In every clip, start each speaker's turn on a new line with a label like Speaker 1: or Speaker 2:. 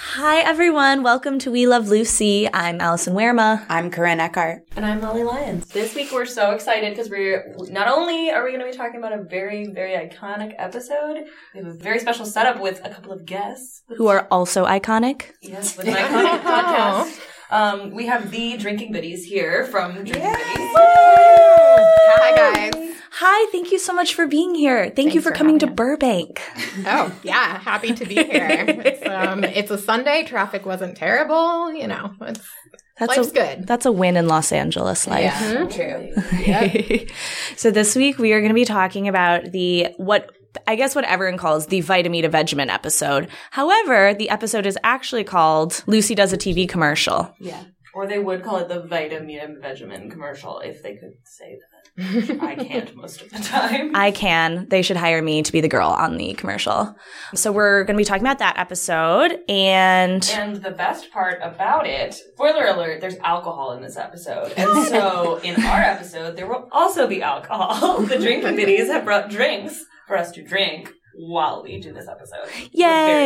Speaker 1: Hi, everyone. Welcome to We Love Lucy. I'm Allison Werma.
Speaker 2: I'm Corinne Eckhart.
Speaker 3: And I'm Molly Lyons.
Speaker 4: This week we're so excited because we're not only are we going to be talking about a very very iconic episode, we have a very special setup with a couple of guests.
Speaker 1: Who are also iconic.
Speaker 4: Yes, with an iconic podcast. Um, we have the Drinking Buddies here from Drinking Buddies.
Speaker 2: Hi, guys.
Speaker 1: Hi, thank you so much for being here. Thank you
Speaker 3: Thanks
Speaker 1: for,
Speaker 3: for
Speaker 1: coming to
Speaker 3: having us.
Speaker 1: Burbank.
Speaker 2: Oh, yeah. Happy to be here. It's, um, it's a Sunday. Traffic wasn't terrible. You know, it's,
Speaker 1: That's
Speaker 2: life's
Speaker 1: a,
Speaker 2: good. Hmm?
Speaker 1: That's a win in Los Angeles life.
Speaker 4: True.
Speaker 3: Mm-hmm.
Speaker 1: so this week we are going to be talking about the what I guess what everyone calls the Vitamita Vegemin episode. However, the episode is actually called Lucy Does a TV Commercial.
Speaker 4: Yeah. Or they would call it the Vitamin Vegemin commercial if they could say that. I can't most of the time.
Speaker 1: I can. They should hire me to be the girl on the commercial. So we're going to be talking about that episode and
Speaker 4: And the best part about it, spoiler alert, there's alcohol in this episode. And so in our episode, there will also be alcohol. The drinking biddies have brought drinks for us to drink while we do this episode. We're very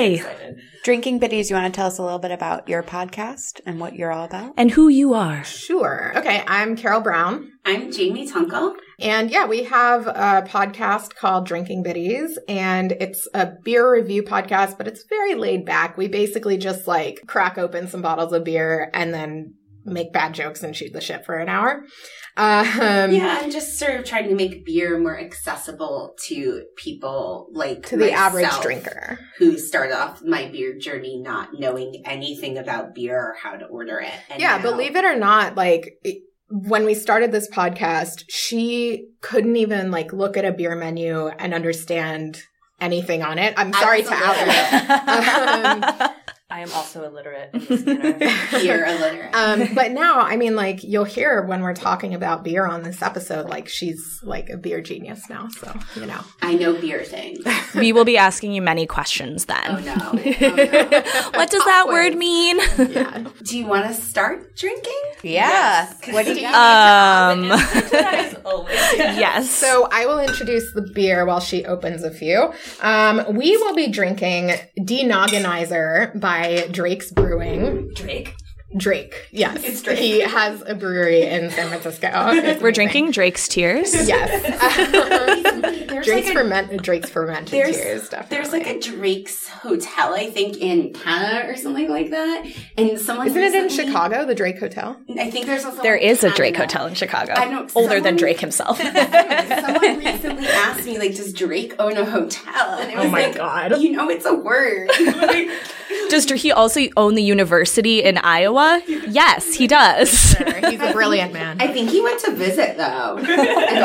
Speaker 1: Yay.
Speaker 4: excited.
Speaker 3: Drinking Biddies, you want to tell us a little bit about your podcast and what you're all about?
Speaker 1: and who you are.
Speaker 2: Sure. Okay. I'm Carol Brown.
Speaker 5: I'm Jamie Tunkel.
Speaker 2: And yeah, we have a podcast called Drinking Biddies, and it's a beer review podcast, but it's very laid back. We basically just like crack open some bottles of beer and then make bad jokes and shoot the shit for an hour. Um,
Speaker 5: yeah, I'm just sort of trying to make beer more accessible to people like
Speaker 2: To the average
Speaker 5: myself,
Speaker 2: drinker.
Speaker 5: who started off my beer journey not knowing anything about beer or how to order it. And
Speaker 2: yeah,
Speaker 5: now-
Speaker 2: believe it or not, like it- when we started this podcast, she couldn't even like look at a beer menu and understand anything on it. I'm
Speaker 5: I
Speaker 2: sorry
Speaker 5: was
Speaker 2: to out
Speaker 5: illiterate.
Speaker 4: I am also illiterate in this manner.
Speaker 2: her.
Speaker 5: beer illiterate.
Speaker 2: um, but now, I mean, like you'll hear when we're talking about beer on this episode, like she's like a beer genius now. So you know,
Speaker 5: I know beer things.
Speaker 1: we will be asking you many questions then.
Speaker 5: Oh no. Oh, no.
Speaker 1: what does that word mean?
Speaker 2: yeah,
Speaker 5: Do you want to start drinking?
Speaker 3: Yeah. What do you
Speaker 1: Um,
Speaker 4: That is always
Speaker 1: yes.
Speaker 2: So I will introduce the beer while she opens a few. Um, we will be drinking Denoginizer by Drake's Brewing.
Speaker 4: Drake.
Speaker 2: Drake, yes,
Speaker 4: It's Drake.
Speaker 2: he has a brewery in San Francisco. It's
Speaker 1: we're
Speaker 2: amazing.
Speaker 1: drinking Drake's Tears.
Speaker 2: Yes,
Speaker 5: There's
Speaker 2: Drake's
Speaker 5: like a-
Speaker 2: ferment. Drake's fermented
Speaker 5: There's-
Speaker 2: tears. Definitely.
Speaker 5: There's like a Drake's Hotel, I think, in Canada or something like that. And someone
Speaker 2: Isn't it in
Speaker 5: recently-
Speaker 2: Chicago? The Drake Hotel.
Speaker 5: I think there's also
Speaker 1: There
Speaker 5: one
Speaker 1: is a
Speaker 5: in
Speaker 1: Drake
Speaker 5: Canada.
Speaker 1: hotel in Chicago.
Speaker 5: I know,
Speaker 1: older than
Speaker 5: someone-
Speaker 1: Drake himself.
Speaker 5: Someone recently asked me, like, does Drake own a hotel? And it was like,
Speaker 2: god.
Speaker 5: you know, it's a word.
Speaker 1: does he also own the university in Iowa? Yes, he does.
Speaker 2: He's a brilliant man.
Speaker 5: I think he went to visit though. And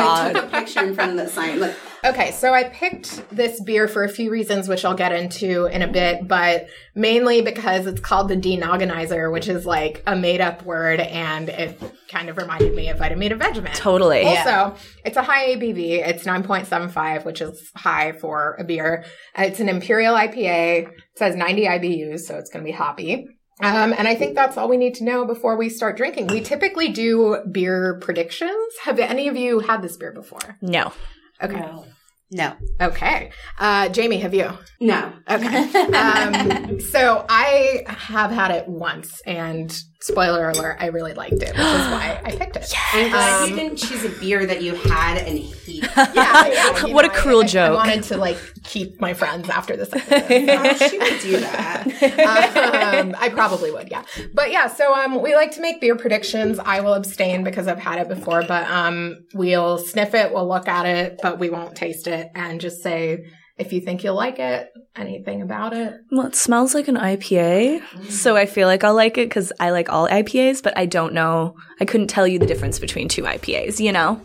Speaker 5: I took a picture in front of the sign. Like,
Speaker 2: Okay, so I picked this beer for a few reasons, which I'll get into in a bit, but mainly because it's called the denogonizer, which is like a made up word, and it kind of reminded me of vitamin vegemin.
Speaker 1: Totally.
Speaker 2: Also, it's a high ABV. It's 9.75, which is high for a beer. Uh, It's an Imperial IPA. It says 90 IBUs, so it's going to be hoppy. Um, and I think that's all we need to know before we start drinking. We typically do beer predictions. Have any of you had this beer before?
Speaker 1: No.
Speaker 2: Okay.
Speaker 3: No.
Speaker 2: Okay. Uh, Jamie, have you?
Speaker 5: no.
Speaker 2: Okay. Um, so I have had it once, and spoiler alert, I really liked it, which is why I picked it.
Speaker 5: I'm glad
Speaker 2: Um,
Speaker 5: you didn't choose a beer that you had and hated.
Speaker 2: Yeah, yeah, you
Speaker 1: What a
Speaker 2: I-
Speaker 1: cruel
Speaker 2: I-
Speaker 1: joke.
Speaker 2: I wanted to like keep my friends after this. episode.
Speaker 5: Oh, she would do that.
Speaker 2: um, I probably would, yeah. But yeah, so um, we like to make beer predictions. I will abstain because I've had it before, but um, we'll sniff it, we'll look at it, but we won't taste it, and just say if you think you'll like it, anything about it.
Speaker 1: Well, it smells like an IPA, so I feel like I'll like it because I like all IPAs, but I don't know. I couldn't tell you the difference between two IPAs, you know?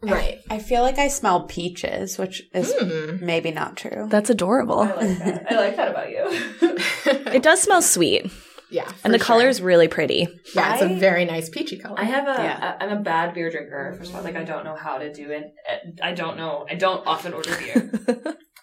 Speaker 2: Right.
Speaker 3: I feel like I smell peaches, which is
Speaker 2: Hmm.
Speaker 3: maybe not true.
Speaker 1: That's adorable.
Speaker 4: I like that. I like that about you.
Speaker 1: It does smell sweet,
Speaker 2: Yeah.
Speaker 1: and the
Speaker 2: for sure.
Speaker 1: color's really pretty.
Speaker 2: Yeah, it's a
Speaker 4: I-
Speaker 2: very nice peachy color.
Speaker 4: I have a.
Speaker 3: Yeah.
Speaker 4: I- I'm a bad beer drinker. First of all, like I don't know how to do it. I don't know. I don't often order beer,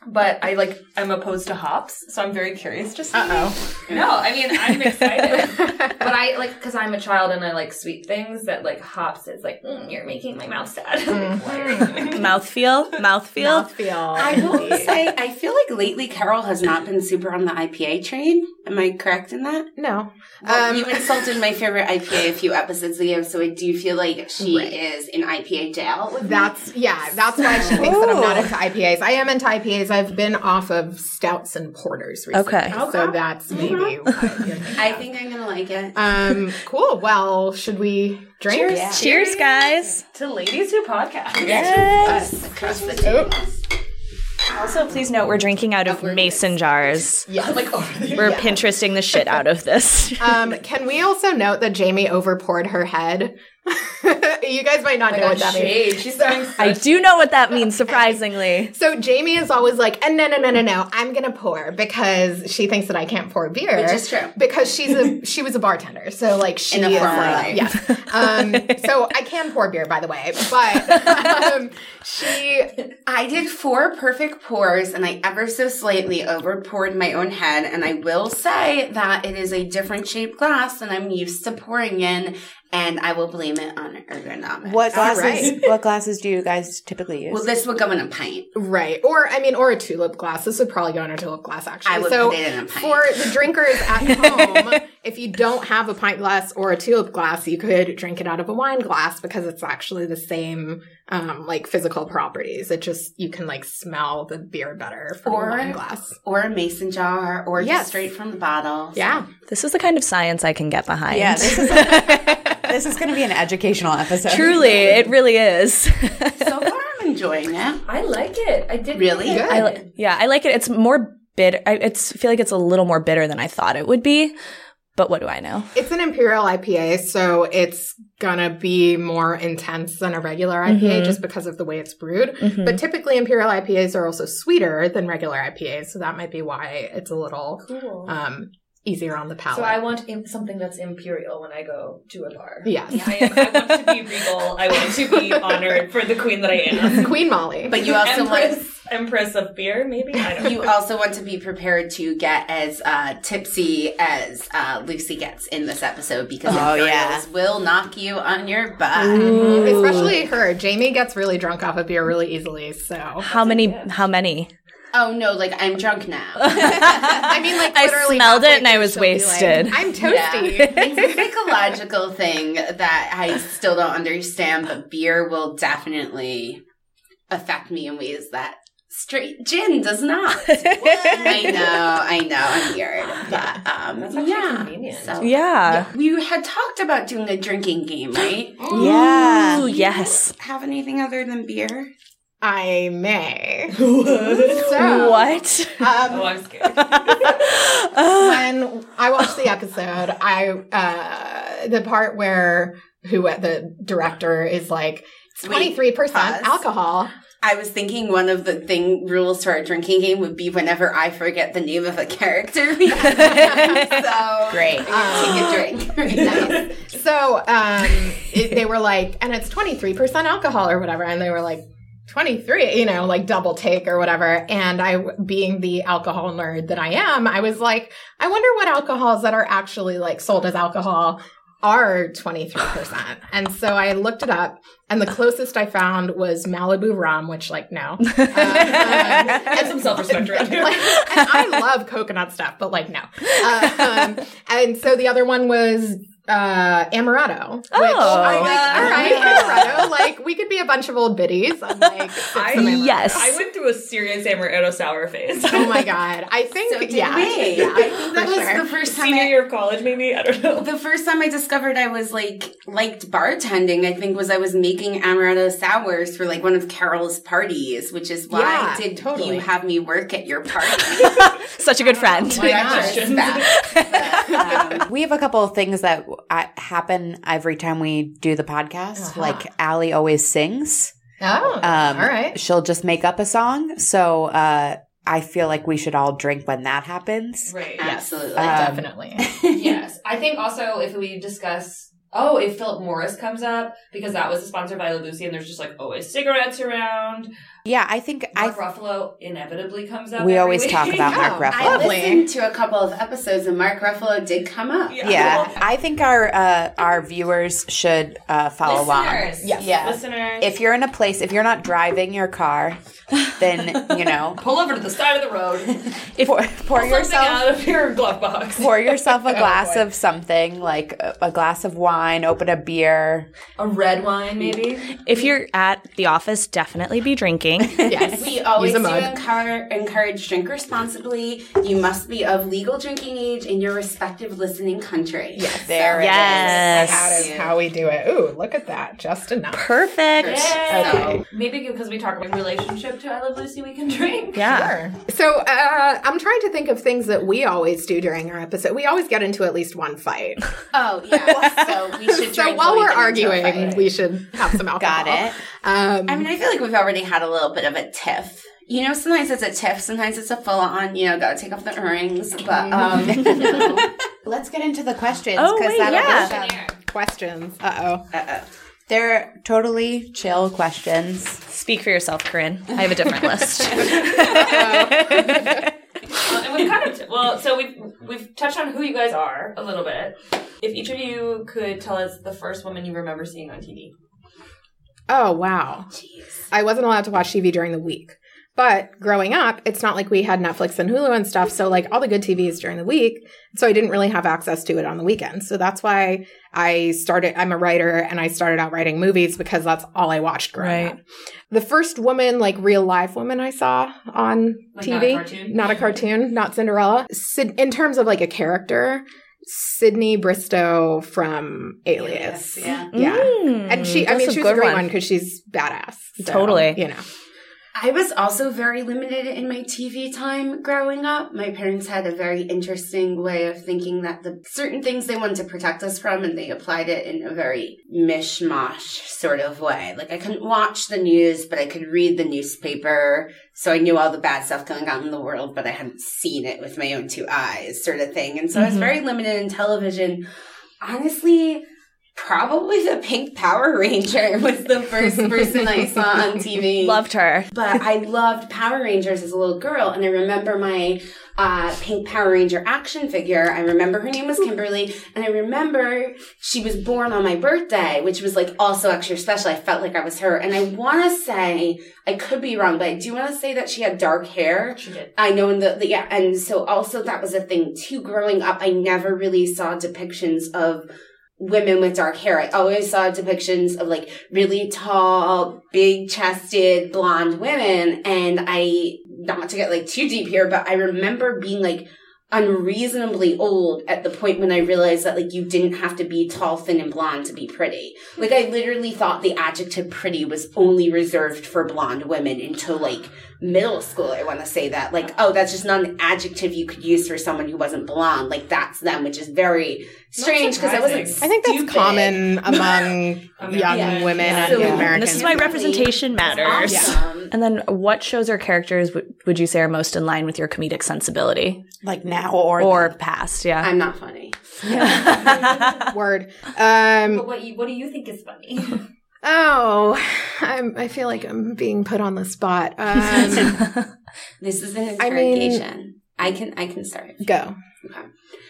Speaker 4: but I like. I'm opposed to hops, so I'm very curious. Just to
Speaker 2: Uh
Speaker 4: see- no, I mean I'm excited,
Speaker 2: oh.
Speaker 4: but I like because I'm a child and I like sweet things. That like hops is like mm, you're making my mouth sad. Like, why are you
Speaker 6: Mm-hmm.
Speaker 4: doing that?
Speaker 1: Mouthfeel, mouthfeel.
Speaker 2: Mouthfeel.
Speaker 5: I will say, I feel like lately Carol has not been super on the IPA train. Am I correct in that?
Speaker 2: No.
Speaker 5: Well,
Speaker 2: Um,
Speaker 5: you insulted my favorite IPA a few episodes ago, so I do feel like she
Speaker 2: Right.
Speaker 5: is in IPA jail. With me.
Speaker 2: That's yeah. That's why she thinks that I'm not
Speaker 3: Ooh.
Speaker 2: into IPAs. I am into IPAs. I've been off of stouts and porters recently,
Speaker 1: Okay.
Speaker 2: so
Speaker 5: Okay. Mm-hmm.
Speaker 2: that's maybe.
Speaker 5: Okay.
Speaker 2: why, you know.
Speaker 5: I think I'm gonna like it.
Speaker 2: Um. Cool. Well, should we drink?
Speaker 5: Cheers.
Speaker 2: Yeah.
Speaker 1: Cheers, guys.
Speaker 6: To Ladies Who Podcast.
Speaker 1: Yes.
Speaker 5: Us across the table.
Speaker 1: Also, please note we're drinking out of mason jars.
Speaker 2: Yes.
Speaker 6: Like over the
Speaker 1: We're Pinteresting the shit out of this.
Speaker 2: Um, can we also note that Jamie overpoured her head? you guys might not know what that means.
Speaker 6: shade. She's doing
Speaker 1: I do know what that means, surprisingly.
Speaker 2: So Jamie is always like, "Uh, no, no, no, no, no, I'm gonna pour because she thinks that I can't pour beer,
Speaker 5: Which is true.
Speaker 2: Because she's a she was a bartender, so like she
Speaker 5: a
Speaker 2: is
Speaker 5: former
Speaker 2: like,
Speaker 5: life.
Speaker 2: yeah. Um, so I can pour beer, by the way, but um, she
Speaker 5: I did four perfect pours and I ever so slightly over poured my own head. And I will say that it is a different shaped glass than I'm used to pouring in. And I will blame it on ergonomics.
Speaker 3: What
Speaker 2: All
Speaker 3: glasses? What glasses do you guys typically use?
Speaker 5: Well, this would go in a pint.
Speaker 2: right, or I mean, or a tulip glass. This would probably go in a tulip glass, actually.
Speaker 5: I would
Speaker 2: so
Speaker 5: put it in a pint.
Speaker 2: for the drinkers at home, if you don't have a pint glass or a tulip glass, you could drink it out of a wine glass because it's actually the same um, like physical properties. It just you can like smell the beer better from
Speaker 5: Or-
Speaker 2: a wine glass.
Speaker 5: or a mason jar, or
Speaker 2: Yes.
Speaker 5: just straight from the bottle. So-
Speaker 2: Yeah.
Speaker 1: This is the kind of science I can get behind.
Speaker 3: yeah, this is this is going to be an educational episode.
Speaker 1: Truly, it really is.
Speaker 5: So far, I'm enjoying it.
Speaker 6: I like it. I did.
Speaker 5: Really?
Speaker 6: like it.
Speaker 2: Good.
Speaker 1: I li- yeah, I like it. It's more bitter. I it's, feel like it's a little more bitter than I thought it would be, but what do I know?
Speaker 2: It's an imperial IPA, so it's gonna be more intense than a regular IPA
Speaker 1: Mhm.
Speaker 5: Mm-hmm.
Speaker 2: just because of the way it's brewed.
Speaker 1: Mhm.
Speaker 2: But typically, imperial IPAs are also sweeter than regular IPAs, so that might be why it's a little
Speaker 6: Cool.
Speaker 2: um, easier on the palate.
Speaker 6: so I want im- something that's imperial when I go to a bar.
Speaker 2: Yes.
Speaker 6: I, am, I want to be regal. I want to be honored for the queen that I am.
Speaker 2: Queen Molly.
Speaker 5: But you also want
Speaker 6: Empress, Empress of beer, maybe. I don't.
Speaker 5: you also want to be prepared to get as uh, tipsy as uh, Lucy gets in this episode because
Speaker 3: Oh,
Speaker 5: Imperials
Speaker 3: yeah.
Speaker 5: will knock you on your butt.
Speaker 2: Especially her. Jamie gets really drunk off of beer really easily, so.
Speaker 1: How many? How many?
Speaker 5: Oh no, like I'm drunk now.
Speaker 2: I mean, like,
Speaker 1: I
Speaker 2: literally
Speaker 1: smelled it
Speaker 2: halfway
Speaker 1: and I
Speaker 2: through,
Speaker 1: was
Speaker 2: she'll be like,
Speaker 1: wasted.
Speaker 2: I'm toasty.
Speaker 5: it's a psychological thing that I still don't understand, but beer will definitely affect me in ways that straight gin does not. I know, I know, I'm weird, but um,
Speaker 6: That's actually
Speaker 5: yeah.
Speaker 6: convenient.
Speaker 5: So-
Speaker 1: Yeah.
Speaker 5: You had talked about doing a drinking game, right?
Speaker 6: Mm-hmm.
Speaker 3: Yeah.
Speaker 1: Ooh, yes.
Speaker 5: Have anything other than beer?
Speaker 2: I may. So,
Speaker 1: What?
Speaker 2: Um,
Speaker 6: Oh, I'm scared.
Speaker 2: when I watched the episode, I uh, the part where who the director is like it's twenty
Speaker 5: Wait,
Speaker 2: three percent
Speaker 5: pause.
Speaker 2: alcohol.
Speaker 5: I was thinking one of the thing rules for our drinking game would be whenever I forget the name of a character. we have. so um,
Speaker 3: Great.
Speaker 5: take a drink. Right now.
Speaker 2: So um, it, they were like, and it's twenty three percent alcohol or whatever, and they were like. 23, you know, like double take or whatever. And I, being the alcohol nerd that I am, I was like, I wonder what alcohols that are actually like sold as alcohol are 23%. And so I looked it up and the closest I found was Malibu rum, which like no. Um,
Speaker 6: Have some self-respect around here.
Speaker 2: like, and I love coconut stuff, but like no. Um, and so the other one was uh amaretto. Which
Speaker 1: Oh.
Speaker 2: I'm like,
Speaker 5: Yeah.
Speaker 2: all right, amaretto. Like we could be a bunch of old biddies. I'm like, sip some amaretto.
Speaker 1: yes.
Speaker 6: I went through a serious amaretto sour phase.
Speaker 2: Oh my god. I think
Speaker 5: So did
Speaker 2: yeah.
Speaker 5: we.
Speaker 2: Yeah, I think
Speaker 5: That
Speaker 2: for
Speaker 5: was
Speaker 2: sure.
Speaker 5: the first time.
Speaker 6: Senior
Speaker 5: I,
Speaker 6: year of college, maybe. I don't know.
Speaker 5: the first time I discovered I was like liked bartending. I think was I was making amaretto sours for like one of Carol's parties, which is why
Speaker 2: Yeah,
Speaker 5: did
Speaker 2: totally.
Speaker 5: you have me work at your party? Oh
Speaker 1: Such a good friend.
Speaker 5: Why
Speaker 2: not?
Speaker 5: But, um,
Speaker 3: We have a couple of things that uh, happen every time we do the podcast.
Speaker 2: Uh-huh.
Speaker 3: Like Allie always sings.
Speaker 2: Oh,
Speaker 3: Um,
Speaker 2: all right.
Speaker 3: She'll just make up a song. So uh, I feel like we should all drink when that happens.
Speaker 6: Right.
Speaker 5: Absolutely.
Speaker 3: Uh,
Speaker 2: Definitely.
Speaker 6: yes. I think also if we discuss oh, if Philip Morris comes up, because that was sponsored by Lucy, and there's just like always cigarettes around.
Speaker 3: Yeah, I think I
Speaker 6: Mark Ruffalo inevitably comes up.
Speaker 3: We
Speaker 6: every
Speaker 3: always
Speaker 6: week.
Speaker 3: talk about Mark
Speaker 2: Yeah,
Speaker 3: Ruffalo.
Speaker 5: I
Speaker 2: Lovely.
Speaker 5: listened to a couple of episodes and Mark Ruffalo did come up.
Speaker 6: Yeah.
Speaker 3: yeah, I think our uh, our viewers should uh, follow along.
Speaker 6: Listeners.
Speaker 2: Yes.
Speaker 3: Yeah.
Speaker 6: Listeners.
Speaker 3: If you're in a place, if you're not driving your car, then you know,
Speaker 6: Pull over to the side of the road.
Speaker 3: pour, pour
Speaker 6: Pull something
Speaker 3: yourself
Speaker 6: out of your glove box.
Speaker 3: pour yourself a glass
Speaker 2: boy.
Speaker 3: of something like a, a glass of wine, open a beer.
Speaker 6: A red wine, maybe.
Speaker 1: If you're at the office, definitely be drinking.
Speaker 2: Yes.
Speaker 5: We always
Speaker 2: Use a
Speaker 5: do
Speaker 2: mug.
Speaker 5: encour- encourage drink responsibly. You must be of legal drinking age in your respective listening country. Yes.
Speaker 3: There it
Speaker 1: Yes.
Speaker 2: That is how we do it. Ooh, look at that. Just enough.
Speaker 1: Perfect.
Speaker 6: Yay. Maybe because we talk about relationship to I Love Lucy, we can drink.
Speaker 1: Yeah.
Speaker 2: So uh, I'm trying to think of things that we always do during our episode. We always get into at least one fight.
Speaker 5: Oh, yeah. So we should drink.
Speaker 2: So
Speaker 5: when
Speaker 2: while
Speaker 5: we
Speaker 2: we're
Speaker 5: get into a
Speaker 2: arguing,
Speaker 5: fight.
Speaker 2: we should have some alcohol.
Speaker 3: Got it.
Speaker 2: Um,
Speaker 5: I mean, I feel like we've already had a little bit of a tiff. You know, sometimes it's a tiff, sometimes it's a full on, you know, gotta take off the earrings. But, um, you know.
Speaker 3: Let's get into the questions
Speaker 1: Oh,
Speaker 3: because
Speaker 1: wait,
Speaker 3: that'll
Speaker 1: yeah.
Speaker 3: be fun.
Speaker 2: questions. Uh oh.
Speaker 5: uh-oh.
Speaker 3: They're totally chill questions.
Speaker 1: Speak for yourself, Corinne. I have a different list.
Speaker 6: Well, and we kind of well, so we've we've touched on who you guys are a little bit. If each of you could tell us the first woman you remember seeing on TV,
Speaker 2: Oh wow.
Speaker 5: Jeez.
Speaker 2: I wasn't allowed to watch TV during the week. But growing up, it's not like we had Netflix and Hulu and stuff. So, like, all the good TV is during the week. So, I didn't really have access to it on the weekends. So, that's why I started, I'm a writer and I started out writing movies because that's all I watched growing
Speaker 1: Right.
Speaker 2: up. The first woman, like, real life woman I saw on
Speaker 6: like not a
Speaker 2: TV,
Speaker 6: cartoon,
Speaker 2: not a cartoon, not Cinderella. Sid- in terms of like a character, Sydney Bristow from Alias.
Speaker 5: Alias, yeah.
Speaker 2: Yeah.
Speaker 1: Mm,
Speaker 2: And she, I
Speaker 1: that's
Speaker 2: mean,
Speaker 1: a
Speaker 2: she was
Speaker 1: good
Speaker 2: a great one because she's badass. So,
Speaker 1: Totally.
Speaker 2: You know.
Speaker 5: I was also very limited in my TV time growing up. My parents had a very interesting way of thinking that the certain things they wanted to protect us from and they applied it in a very mishmash sort of way. Like I couldn't watch the news, but I could read the newspaper. So I knew all the bad stuff going on in the world, but I hadn't seen it with my own two eyes sort of thing. And so I was
Speaker 1: Mhm.
Speaker 5: very limited in television. Honestly, probably the pink Power Ranger was the first person I saw on TV
Speaker 1: Loved her.
Speaker 5: but I loved Power Rangers as a little girl, and I remember my uh, pink Power Ranger action figure. I remember her name was Kimberly, and I remember she was born on my birthday, which was like also extra special. I felt like I was her, and I want to say I could be wrong, but I do want to say that she had dark hair.
Speaker 6: She did.
Speaker 5: I know in the, the yeah, and so also that was a thing too. Growing up, I never really saw depictions of women with dark hair. I always saw depictions of like really tall, big chested blonde women. And I, not to get like too deep here, but I remember being like unreasonably old at the point when I realized that like you didn't have to be tall, thin, and blonde to be pretty. Like I literally thought the adjective pretty was only reserved for blonde women until like middle school. I want to say that like, oh, that's just not an adjective you could use for someone who wasn't blonde. Like that's them, which is very strange because I wasn't
Speaker 6: surprising.
Speaker 2: I think that's
Speaker 5: stupid.
Speaker 2: common among young
Speaker 6: American.
Speaker 2: women
Speaker 5: Yeah.
Speaker 2: and
Speaker 5: So-
Speaker 1: And
Speaker 2: Americans.
Speaker 1: this is why representation matters.
Speaker 5: Awesome.
Speaker 1: And then, what shows or characters w- would you say are most in line with your comedic sensibility
Speaker 3: Like now or,
Speaker 1: or past? Yeah.
Speaker 5: I'm not funny.
Speaker 2: word. Um,
Speaker 6: But what you, what do you think is funny?
Speaker 2: oh, I'm, I feel like I'm being put on the spot. Um,
Speaker 5: This is an
Speaker 2: I mean-
Speaker 5: interrogation. I, can I can start.
Speaker 2: go.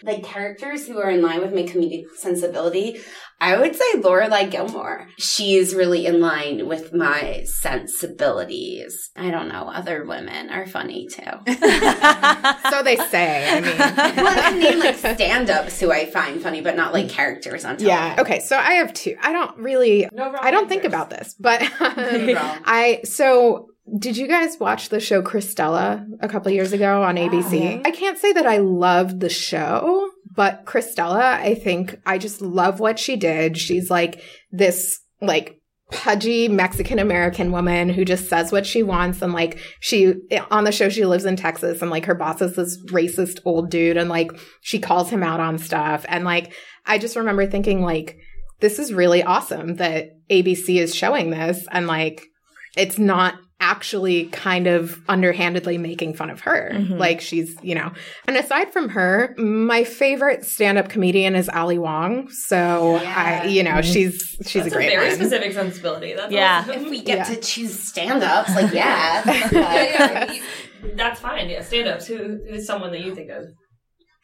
Speaker 5: Like characters who are in line with my comedic sensibility, I would say Lorelai Gilmore. She's really in line with my sensibilities. I don't know. Other women are funny too.
Speaker 2: So they say. I mean,
Speaker 5: well, I can name like stand-ups who I find funny, but not like characters on television.
Speaker 2: yeah. Okay. So I have two. I don't really.
Speaker 6: No, wrong
Speaker 2: I don't think
Speaker 6: answers.
Speaker 2: about this, but um,
Speaker 5: Wrong.
Speaker 2: I so. Did you guys watch the show Christella a couple years ago on ABC? I can't say that I loved the show, but Christella, I think I just love what she did. She's like this like pudgy Mexican American woman who just says what she wants and like she on the show she lives in Texas and like her boss is this racist old dude and like she calls him out on stuff and like I just remember thinking like this is really awesome that ABC is showing this and like it's not actually kind of underhandedly making fun of her.
Speaker 6: Mm-hmm.
Speaker 1: Mhm.
Speaker 2: Like she's, you know. And aside from her, my favorite stand-up comedian is Ali Wong. So
Speaker 5: Yeah.
Speaker 2: I, you know, she's she's
Speaker 6: That's
Speaker 2: a great
Speaker 6: very
Speaker 2: one.
Speaker 6: specific sensibility. That's
Speaker 1: Yeah.
Speaker 6: awesome.
Speaker 5: If we get
Speaker 2: Yeah.
Speaker 5: to choose stand ups, like, yeah. but-
Speaker 6: yeah, yeah. you- That's fine. Yeah, stand-ups. Who who is someone that you think of?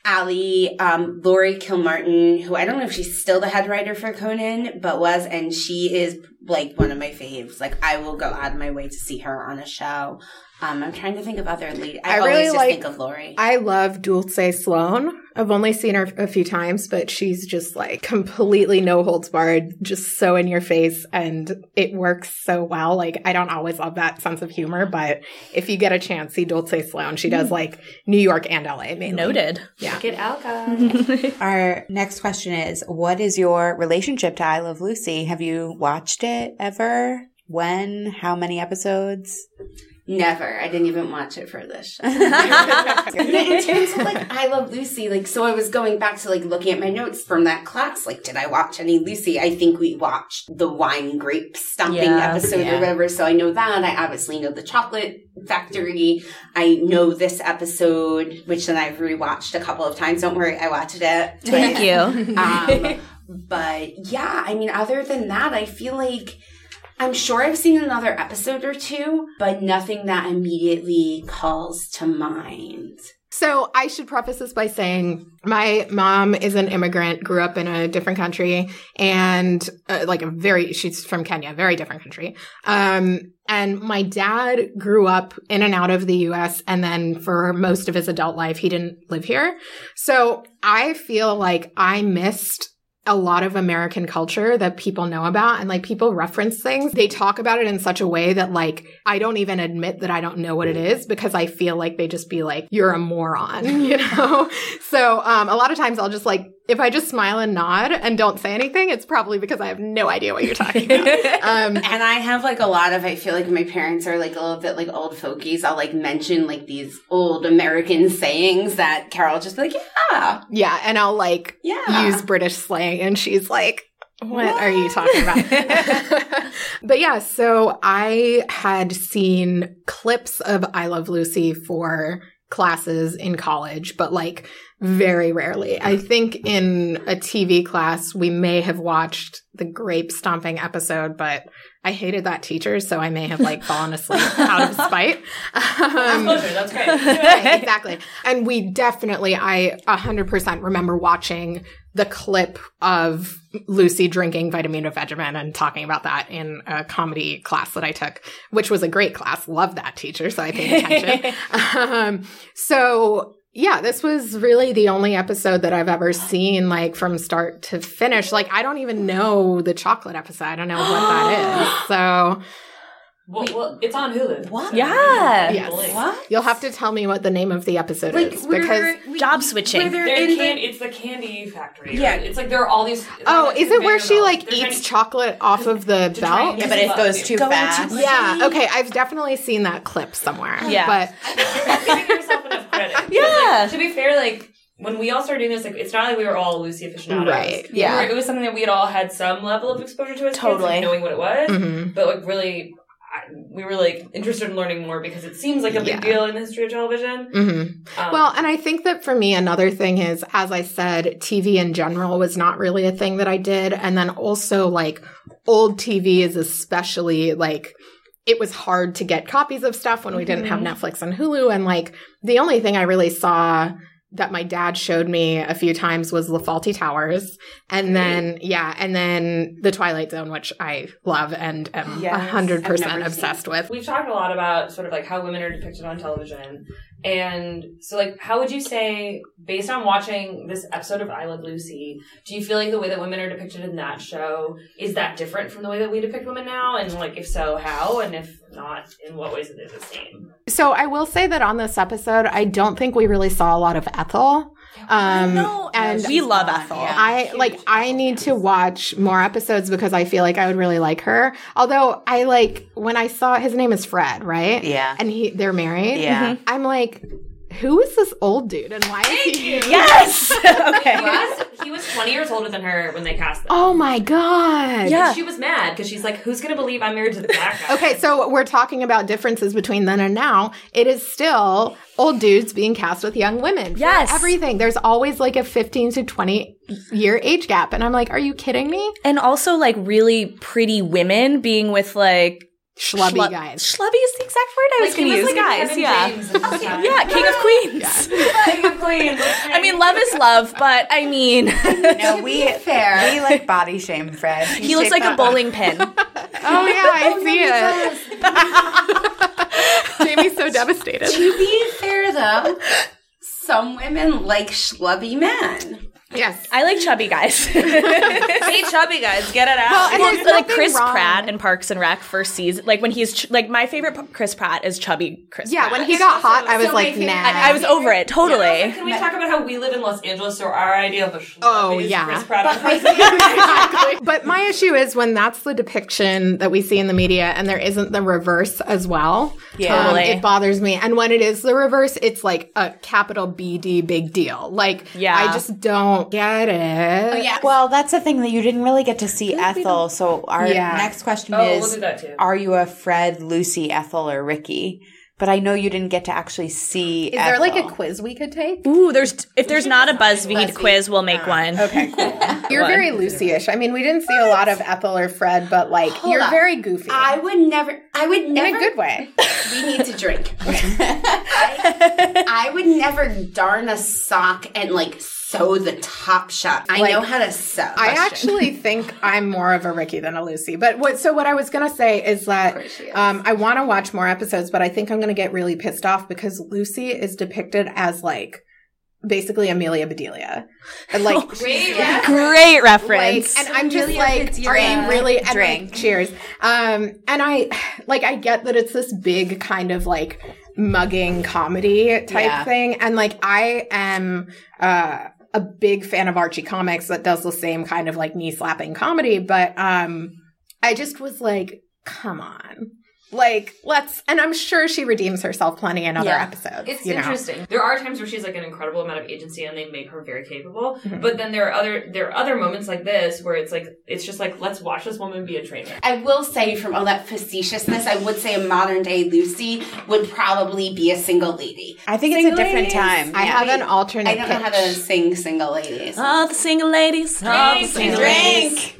Speaker 5: Ali, um, Lori Kilmartin, who I don't know if she's still the head writer for Conan, but was, and she is like one of my faves. Like I will go out of my way to see her on a show. Um, I'm trying to think of other lead. I,
Speaker 2: I
Speaker 5: always
Speaker 2: really
Speaker 5: just
Speaker 2: like-
Speaker 5: think of Lori.
Speaker 2: I love Dulce Sloan. I've only seen her a few times, but she's just like completely no holds barred, just so in your face, and it works so well. Like, I don't always love that sense of humor, but if you get a chance, see Dulce Sloan. She does like New York and LA mainly.
Speaker 1: Noted.
Speaker 2: Yeah.
Speaker 6: Get out,
Speaker 3: Our next question is What is your relationship to I Love Lucy? Have you watched it ever? When? How many episodes?
Speaker 5: Never. I didn't even watch it for this show. in terms
Speaker 3: That's
Speaker 5: of like I Love Lucy, like so I was going back to like looking at my notes from that class. Like, did I watch any Lucy? I think we watched the wine grape stomping
Speaker 1: Yeah.
Speaker 5: episode
Speaker 3: Yeah.
Speaker 5: or whatever. So I know that. I obviously know the chocolate factory. I know this episode, which then I've rewatched a couple of times. Don't worry, I watched it.
Speaker 1: Thank you.
Speaker 5: Um, but yeah, I mean, other than that, I feel like I'm sure I've seen another episode or two, but nothing that immediately calls to mind.
Speaker 2: So I should preface this by saying my mom is an immigrant, grew up in a different country, and uh, like a very she's from Kenya, very different country. Um, and my dad grew up in and out of the U.S. and then for most of his adult life he didn't live here. So I feel like I missed a lot of American culture that people know about and like people reference things. They talk about it in such a way that like I don't even admit that I don't know what it is because I feel like they just be like, you're a moron, you know? so um, a lot of times I'll just like, if I just smile and nod and don't say anything, it's probably because I have no idea what you're talking about. um,
Speaker 5: And I have like a lot of, I feel like my parents are like a little bit like old fogies. I'll like mention like these old American sayings that Carol just be like, yeah,
Speaker 2: yeah. And I'll like
Speaker 5: yeah.
Speaker 2: use British slang and she's like, what are you talking about? but yeah, so I had seen clips of I Love Lucy for classes in college, but like very rarely. I think in a TV class, we may have watched the grape stomping episode, but I hated that teacher, so I may have like fallen asleep out of spite. Um,
Speaker 6: Disclosure, that's great.
Speaker 2: Right, exactly. And we definitely, I 100% remember watching the clip of Lucy drinking vitamin regimen and talking about that in a comedy class that I took, which was a great class. Love that teacher. So I paid attention. um, so yeah, this was really the only episode that I've ever seen, like from start to finish. Like, I don't even know the chocolate episode. I don't know what that is. So.
Speaker 6: Well, well, it's on Hulu. What? Ah.
Speaker 1: Yeah.
Speaker 2: Yes.
Speaker 5: What?
Speaker 2: You'll have to tell me what the name of the episode
Speaker 5: Like,
Speaker 2: is
Speaker 5: we're-
Speaker 2: because
Speaker 5: we-
Speaker 1: Job switching.
Speaker 5: we're
Speaker 6: They're
Speaker 5: in
Speaker 6: can-
Speaker 5: the-
Speaker 6: it's the candy factory. Yeah.
Speaker 5: Yeah.
Speaker 6: It's like there are all these.
Speaker 2: Oh,
Speaker 6: like
Speaker 2: is it
Speaker 6: conveyor
Speaker 2: where she like
Speaker 6: belts. They're
Speaker 2: eats
Speaker 6: trying
Speaker 2: chocolate off of the
Speaker 6: to- they're trying
Speaker 2: belt?
Speaker 6: to
Speaker 3: Yeah, but it goes too
Speaker 5: Going to-
Speaker 3: fast.
Speaker 2: Yeah. Okay. I've definitely seen that clip somewhere.
Speaker 1: Yeah.
Speaker 2: But
Speaker 6: You're not giving yourself enough credit. 'Cause, like,
Speaker 1: Yeah.
Speaker 6: to be fair, like when we all started doing this, like it's not like we were all Lucy aficionados.
Speaker 2: Right,
Speaker 6: We
Speaker 1: yeah.
Speaker 6: were- it was something that we had all had some level of exposure to as kids,
Speaker 1: Totally.
Speaker 6: like, knowing what it was.
Speaker 2: mhm.
Speaker 6: But like really, I, we were like interested in learning more because it seems like a big
Speaker 2: Yeah.
Speaker 6: deal in the history of television.
Speaker 2: Mhm.
Speaker 6: Um,
Speaker 2: Well, and I think that for me, another thing is, as I said, TV in general was not really a thing that I did. And then also, like, old TV is especially like, it was hard to get copies of stuff when we didn't have Netflix and Hulu. And like, the only thing I really saw that my dad showed me a few times was La Faulty Towers. And then, yeah, and then The Twilight Zone, which I love and am
Speaker 1: Yes, I've
Speaker 2: 100%
Speaker 5: never
Speaker 2: obsessed with.
Speaker 6: We've talked a lot about sort of like how women are depicted on television. And so like how would you say based on watching this episode of I Love Lucy, do you feel like the way that women are depicted in that show is that different from the way that we depict women now? And like if so, how? And if not, in what ways is it the same?
Speaker 2: So I will say that on this episode, I don't think we really saw a lot of Ethel. Um,
Speaker 1: No,
Speaker 2: and
Speaker 1: we love Ethel.
Speaker 5: yeah.
Speaker 2: I like I need to watch more episodes because I feel like I would really like her. Although I like when I saw his name is Fred, right?
Speaker 3: Yeah.
Speaker 2: And he they're married.
Speaker 3: Yeah.
Speaker 2: I'm like who is this old dude and why is he here?
Speaker 1: Yes. okay.
Speaker 6: was, he was 20 years older than her when they cast them.
Speaker 2: Oh my god.
Speaker 1: Yeah.
Speaker 6: She was mad because she's like, who's going to believe I'm married to the black guy?
Speaker 2: Okay, so we're talking about differences between then and now. It is still old dudes being cast with young women. for
Speaker 1: Yes.
Speaker 2: Everything. There's always like a 15 to 20 year age gap. And I'm like, are you kidding me?
Speaker 1: And also like really pretty women being with like
Speaker 2: Schlubby
Speaker 1: schlu-
Speaker 2: guys.
Speaker 1: Schlubby is the exact word I was
Speaker 6: Like, he
Speaker 1: going to use.
Speaker 6: was like a
Speaker 1: guys,
Speaker 6: Kevin
Speaker 1: yeah.
Speaker 6: James of his time.
Speaker 1: Yeah, King of Queens.
Speaker 6: King of Queens. okay.
Speaker 1: I mean, love is love, but I mean,
Speaker 3: No, we
Speaker 5: fair.
Speaker 3: We like body shame Fred.
Speaker 1: he looks like a bowling pin.
Speaker 2: Oh yeah, I see it. Jamie's so devastated.
Speaker 5: To be fair, though, some women like schlubby men.
Speaker 2: Yes.
Speaker 1: I like chubby guys. hey, chubby guys, get it out.
Speaker 2: Well, and there's
Speaker 1: like
Speaker 2: nothing
Speaker 1: Chris
Speaker 2: wrong.
Speaker 1: Pratt in Parks and Rec first season. Like when he's ch- like my favorite p- Chris Pratt is chubby Chris.
Speaker 2: Yeah,
Speaker 1: Pratt.
Speaker 2: when he got hot, I was
Speaker 6: so
Speaker 2: like,
Speaker 6: making-
Speaker 2: nah.
Speaker 1: I, I was over it totally.
Speaker 6: Can we talk about how we live in Los Angeles, so our idea of a schlub
Speaker 2: Oh,
Speaker 6: is
Speaker 2: yeah.
Speaker 6: Chris Pratt on Christmas?
Speaker 2: but my issue is when that's the depiction that we see in the media and there isn't the reverse as well. um,
Speaker 3: Yeah.
Speaker 1: Totally.
Speaker 2: it bothers me. And when it is the reverse, it's like a capital BD big deal. Like,
Speaker 1: Yeah.
Speaker 2: I just don't get it.
Speaker 5: Oh, yeah.
Speaker 3: Well, that's the thing that you didn't really get to see Ethel. So our
Speaker 2: Yeah.
Speaker 3: next question
Speaker 6: Oh, we'll
Speaker 3: is:
Speaker 6: do that too.
Speaker 3: Are you a Fred, Lucy, Ethel, or Ricky? But I know you didn't get to actually see.
Speaker 2: Is there like a quiz we could take?
Speaker 1: Ooh, there's if there's not a BuzzFeed quiz, we'll make one.
Speaker 3: Okay, cool.
Speaker 2: You're very Lucy-ish. I mean, we didn't see a lot of Ethel or Fred, but like
Speaker 5: Hold
Speaker 2: you're
Speaker 5: up.
Speaker 2: very goofy
Speaker 5: I would never. I would
Speaker 2: in
Speaker 5: never.
Speaker 2: a good way.
Speaker 5: We need to drink. I, I would never darn a sock and like sew the top shut. I know how to sew.
Speaker 2: I actually think I'm more of a Ricky than a Lucy. But what? So what I was gonna say is that um, I want to watch more episodes, but I think I'm gonna get really pissed off because Lucy is depicted as like basically Amelia Bedelia, and like.
Speaker 6: Wait,
Speaker 1: Great
Speaker 2: Like,
Speaker 1: reference.
Speaker 2: and I'm just
Speaker 5: Amelia
Speaker 2: like, are
Speaker 5: Bedelia
Speaker 2: you really? And
Speaker 3: drink.
Speaker 2: Like, cheers. Um, and I, like, I get that it's this big kind of like mugging comedy type
Speaker 3: Yeah.
Speaker 2: thing, and like, I am uh, a big fan of Archie Comics that does the same kind of like knee slapping comedy, but um, I just was like, come on. Like, let's, and I'm sure she redeems herself plenty in other
Speaker 1: Yeah.
Speaker 2: episodes.
Speaker 6: It's
Speaker 2: you know?
Speaker 6: interesting. There are times where she's like an incredible amount of agency and they make her very capable.
Speaker 2: Mhm.
Speaker 6: But then there are other there are other moments like this where it's like it's just like let's watch this woman be a trainer.
Speaker 5: I will say, from all that facetiousness, I would say a modern day Lucy would probably be a single lady.
Speaker 3: I think it's a
Speaker 5: Single
Speaker 3: different
Speaker 5: ladies.
Speaker 3: time.
Speaker 2: I
Speaker 3: yeah.
Speaker 2: have an alternate.
Speaker 5: I don't know how
Speaker 2: pitch.
Speaker 5: to sing single ladies.
Speaker 1: all the single ladies, all the
Speaker 6: Drink,
Speaker 1: single
Speaker 6: drink.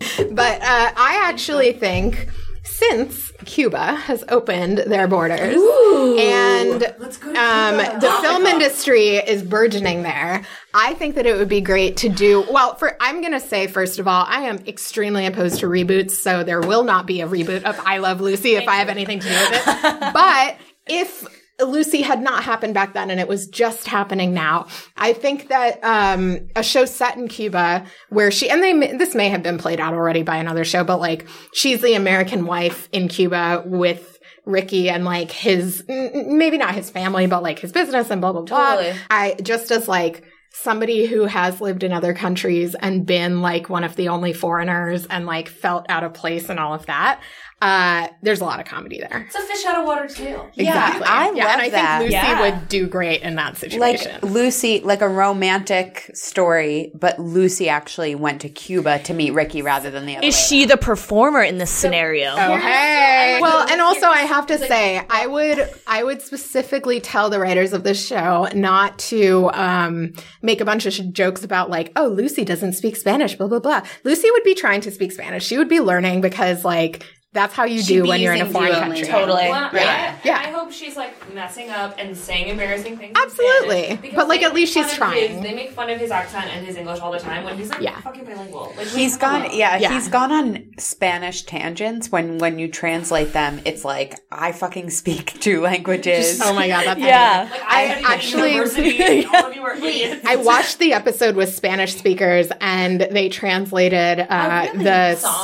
Speaker 1: ladies.
Speaker 2: But uh, I actually think since Cuba has opened their borders and um, the film industry is burgeoning there, I think that it would be great to do. Well, for I'm going to say first of all, I am extremely opposed to reboots, so there will not be a reboot of I Love Lucy if I have anything to do with it. But if Lucy had not happened back then and it was just happening now. I think that um, a show set in Cuba where she, and they, may- this may have been played out already by another show, but like she's the American wife in Cuba with Ricky and like his, n- n- maybe not his family, but like his business and blah, blah, blah.
Speaker 6: Totally.
Speaker 2: I just as like, Somebody who has lived in other countries and been like one of the only foreigners and like felt out of place and all of that. Uh, there's a lot of comedy there.
Speaker 6: It's a fish out of water tale.
Speaker 3: Yeah, I
Speaker 2: Yeah,
Speaker 3: love
Speaker 2: and I
Speaker 3: that.
Speaker 2: think Lucy
Speaker 1: Yeah.
Speaker 2: would do great in that situation.
Speaker 3: like Lucy, like a romantic story, but Lucy actually went to Cuba to meet Ricky rather than the other.
Speaker 1: Is
Speaker 3: way
Speaker 1: she the performer in this scenario?
Speaker 2: Oh hey!
Speaker 5: like,
Speaker 2: Well,
Speaker 5: here's-
Speaker 2: and also I have to say, I would I would specifically tell the writers of this show not to um, make a bunch of sh- jokes about like, oh, Lucy doesn't speak Spanish, blah blah blah. Lucy would be trying to speak Spanish. She would be learning because like that's how you do
Speaker 5: be
Speaker 2: when you're in a
Speaker 5: using
Speaker 2: foreign
Speaker 5: Duolingo.
Speaker 2: country.
Speaker 1: Totally.
Speaker 6: Well,
Speaker 2: Yeah.
Speaker 6: I,
Speaker 2: Yeah.
Speaker 6: I hope she's like messing up and saying embarrassing things. in
Speaker 2: Absolutely.
Speaker 6: Spanish, because
Speaker 2: But, like,
Speaker 6: they
Speaker 2: at least
Speaker 6: make
Speaker 2: she's
Speaker 6: fun of
Speaker 2: trying.
Speaker 6: His, they make fun of his accent and his English all the time when he's like
Speaker 2: Yeah.
Speaker 6: fucking bilingual. Like,
Speaker 3: He's gone, yeah,
Speaker 2: Yeah.
Speaker 3: He's gone on Spanish tangents. When when you translate them, it's like I fucking speak two languages.
Speaker 2: Oh my god, that's amazing.
Speaker 1: Yeah.
Speaker 6: Like, I,
Speaker 2: I
Speaker 6: studied
Speaker 2: actually-
Speaker 6: actually university and all of you are idiots.
Speaker 2: I watched the episode with Spanish speakers, and they translated uh,
Speaker 6: really?
Speaker 2: the
Speaker 6: Song?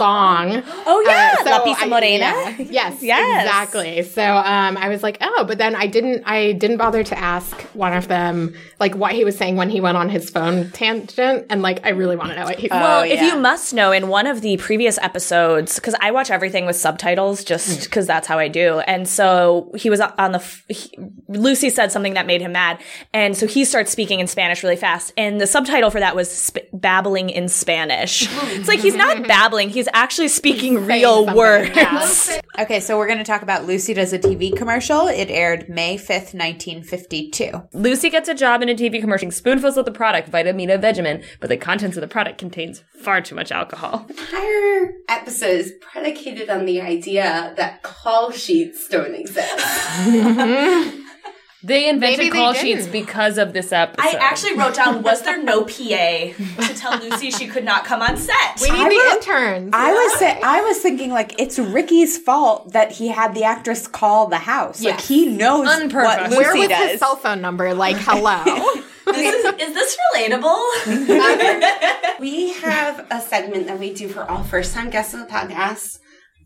Speaker 2: song.
Speaker 1: Oh yeah,
Speaker 2: Uh, so
Speaker 1: La Lisa Morena?
Speaker 2: yeah. Yes,
Speaker 1: Yes.
Speaker 2: exactly. So um, I was like, oh, but then I didn't. I didn't bother to ask one of them like what he was saying when he went on his phone tangent, and like I really want to know what he.
Speaker 1: Well,
Speaker 3: Oh,
Speaker 1: if
Speaker 3: yeah.
Speaker 1: you must know, in one of the previous episodes, because I watch everything with subtitles just because that's how I do. And so he was on the, f- he, Lucy said something that made him mad. And so he starts speaking in Spanish really fast. And the subtitle for that was sp- babbling in Spanish. it's like he's not babbling, he's actually speaking real
Speaker 2: something.
Speaker 1: words.
Speaker 3: Okay, so we're going to talk about Lucy Does a TV Commercial. It aired May 5th, 1952.
Speaker 4: Lucy gets a job in a TV commercial, spoonfuls of the product, Vitamina Vegemin, but the contents of the product contains far too much alcohol.
Speaker 5: entire episode is predicated on the idea that call sheets don't exist.
Speaker 4: They invented
Speaker 2: Maybe they
Speaker 4: call
Speaker 2: didn't.
Speaker 4: sheets because of this episode.
Speaker 1: I actually wrote down, was there no PA to tell Lucy she could not come on set?
Speaker 2: we need
Speaker 3: I
Speaker 2: the
Speaker 3: will-
Speaker 2: interns.
Speaker 3: I was say, I was thinking like it's Ricky's fault that he had the actress call the house. Like
Speaker 2: Yes.
Speaker 3: he knows
Speaker 4: On
Speaker 3: what
Speaker 4: purpose.
Speaker 3: Lucy
Speaker 2: Where was
Speaker 3: does.
Speaker 2: his cell phone number? Like,
Speaker 1: Mm-hmm.
Speaker 2: hello.
Speaker 1: this is, is this relatable?
Speaker 5: we have a segment that we do for all first time guests on the podcast.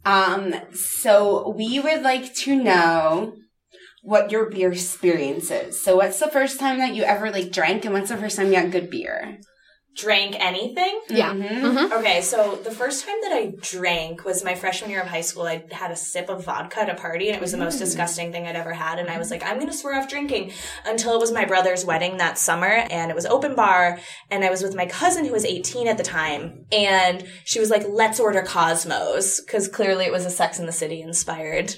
Speaker 5: Um, so we would like to know what your beer experience is. So what's the first time that you ever like drank and what's the first time you had good beer?
Speaker 1: Drank anything?
Speaker 2: yeah.
Speaker 5: Mhm.
Speaker 1: Okay, so the first time that I drank was my freshman year of high school. I had a sip of vodka at a party, and it was the
Speaker 2: Hmm.
Speaker 1: most disgusting thing I'd ever had. And I was like, I'm going to swear off drinking until it was my brother's wedding that summer, and it was open bar, and I was with my cousin who was 18 at the time, and she was like, "Let's order Cosmos," because clearly it was a Sex in the City inspired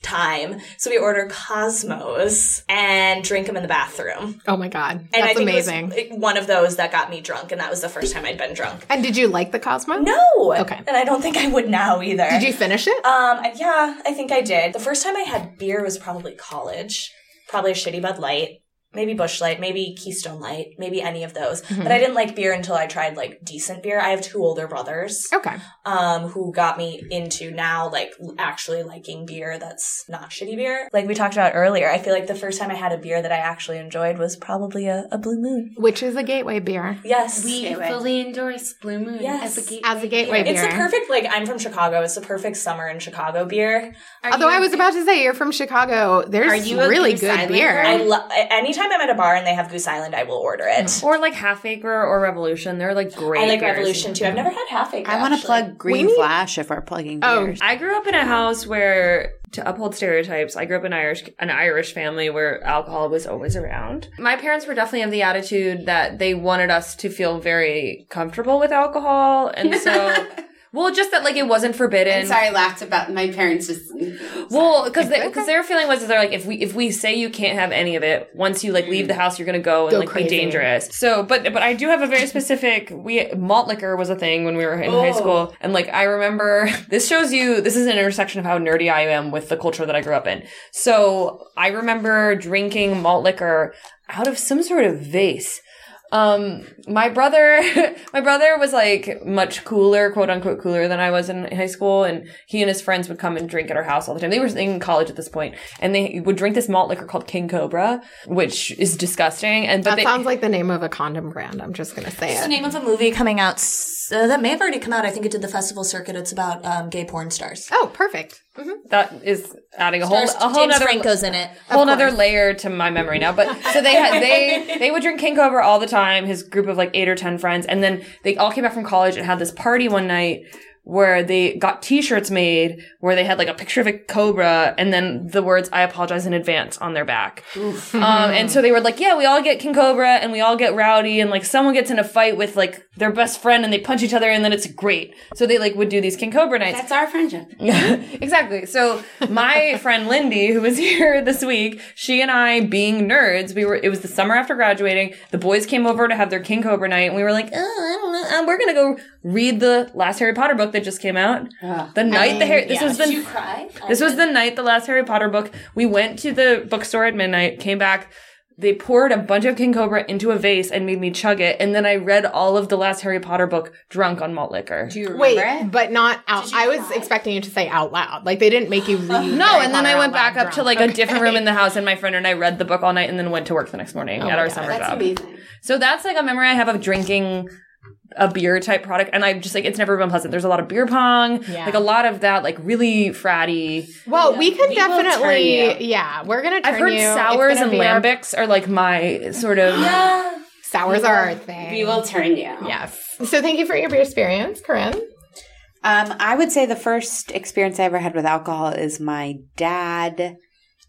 Speaker 1: time. So we order Cosmos and drink them in the bathroom.
Speaker 2: Oh my god,
Speaker 1: And I
Speaker 2: that's
Speaker 1: think
Speaker 2: amazing.
Speaker 1: It was one of those that got me drunk, and that was the first time I'd been drunk.
Speaker 2: and did you like the Cosmo?
Speaker 1: No.
Speaker 2: Okay.
Speaker 1: And I don't think I would now either.
Speaker 2: Did you finish it?
Speaker 1: Um. I- Yeah, I think I did. The first time I had beer was probably college. Probably a shitty Bud Light, maybe Bush Light, maybe Keystone Light, maybe any of those.
Speaker 2: Mm-hmm.
Speaker 1: But I didn't like beer until I tried like decent beer. I have two older brothers.
Speaker 2: Okay.
Speaker 1: Um, who got me into now like l- actually liking beer that's not shitty beer. Like we talked about earlier, I feel like the first time I had a beer that I actually enjoyed was probably a, a Blue Moon.
Speaker 2: Which is a gateway beer.
Speaker 1: Yes.
Speaker 5: We fully endorse Blue Moon
Speaker 1: Yes.
Speaker 5: as a gateway.
Speaker 2: As a gateway
Speaker 1: it's
Speaker 2: beer.
Speaker 1: the perfect like I'm from Chicago. It's the perfect summer in Chicago beer.
Speaker 5: Are
Speaker 2: Although
Speaker 5: you-
Speaker 2: I was about to say you're from Chicago, there's
Speaker 5: Are you a
Speaker 2: really
Speaker 5: Goose
Speaker 2: good
Speaker 5: Island
Speaker 2: beer.
Speaker 1: I love. Anytime I'm at a bar and they have Goose Island, I will order it.
Speaker 4: Or like Half Acre or Revolution. They're like great.
Speaker 1: I like
Speaker 4: beers.
Speaker 1: Revolution too. I've never had half acre.
Speaker 3: I want to
Speaker 1: actually.
Speaker 3: plug Green
Speaker 2: We need-
Speaker 3: Flash if we're plugging
Speaker 2: Oh,
Speaker 3: beers.
Speaker 4: I grew up in a house where, to uphold stereotypes, I grew up in Irish an Irish family where alcohol was always around. My parents were definitely of the attitude that they wanted us to feel very comfortable with alcohol, and so, well, just that like it wasn't forbidden.
Speaker 5: I'm sorry, I laughed about my parents just.
Speaker 4: Well, because because their feeling was they're like if we if we say you can't have any of it once you like leave the house you're gonna go and
Speaker 2: Go
Speaker 4: like
Speaker 2: crazy.
Speaker 4: be dangerous. So, but but I do have a very specific we malt liquor was a thing when we were in
Speaker 2: Oh.
Speaker 4: high school and like I remember this shows you this is an intersection of how nerdy I am with the culture that I grew up in. So I remember drinking malt liquor out of some sort of vase. Um, my brother, my brother was like much cooler, quote unquote cooler than I was in high school. And he and his friends would come and drink at our house all the time. They were in college at this point and they would drink this malt liquor called King Cobra, which is disgusting. And, but
Speaker 2: that
Speaker 4: they,
Speaker 2: sounds like the name of a condom brand. I'm just gonna say
Speaker 1: It's the
Speaker 2: it.
Speaker 1: name of a movie coming out s- uh, that may have already come out. I think it did the festival circuit. It's about um, gay porn stars.
Speaker 2: Oh, perfect. Mhm.
Speaker 4: that is adding a whole,
Speaker 1: There's
Speaker 4: a whole
Speaker 1: James
Speaker 4: nother-
Speaker 1: Franco's in it.
Speaker 4: whole nother layer to my memory now. But so they had they they would drink King Cobra all the time. His group of like eight or ten friends, and then they all came back from college and had this party one night where they got T-shirts made where they had like a picture of a cobra and then the words "I apologize in advance" on their back. Um, and so they were like, "Yeah, we all get King Cobra and we all get rowdy and like someone gets in a fight with like their best friend and they punch each other and then it's great." So they like would do these King Cobra nights.
Speaker 5: That's our friendship.
Speaker 4: exactly. So my friend Lindy, who was here this week, she and I, being nerds, we were. It was the summer after graduating. The boys came over to have their King Cobra night, and we were like, oh, I don't know. Um, we're gonna go read the last Harry Potter book that just came out. The night the Harry. This was the.
Speaker 5: cry?
Speaker 4: This was the night the last Harry Potter book. We went to the bookstore at midnight, came back. They poured a bunch of King Cobra into a vase and made me chug it, and then I read all of the last Harry Potter book drunk on malt liquor.
Speaker 5: Do you remember
Speaker 2: Wait,
Speaker 5: it?
Speaker 2: but not out. I was expecting you to say out loud. Like they didn't make you read.
Speaker 4: No, Oh, and then I went back up to like a different room in the house, and my friend and I read the book all night, and then went to work the next morning at our summer
Speaker 5: That's
Speaker 4: job.
Speaker 5: amazing.
Speaker 4: So that's like a memory I have of drinking a beer type product, and I'm just like, it's never been pleasant. There's a lot of beer pong,
Speaker 2: Yeah.
Speaker 4: like a lot of that, like really fratty.
Speaker 2: Well, we can
Speaker 5: We will turn
Speaker 2: definitely. Yeah, we're gonna. Turn
Speaker 4: I've heard
Speaker 2: you. It's
Speaker 4: sours
Speaker 2: gonna
Speaker 4: and
Speaker 2: be our-
Speaker 4: lambics are like my sort of.
Speaker 5: Yeah.
Speaker 2: Sours are our thing.
Speaker 5: We will turn you.
Speaker 2: Yes. So thank you for your beer experience, Corinne.
Speaker 3: Um, I would say the first experience I ever had with alcohol is my dad.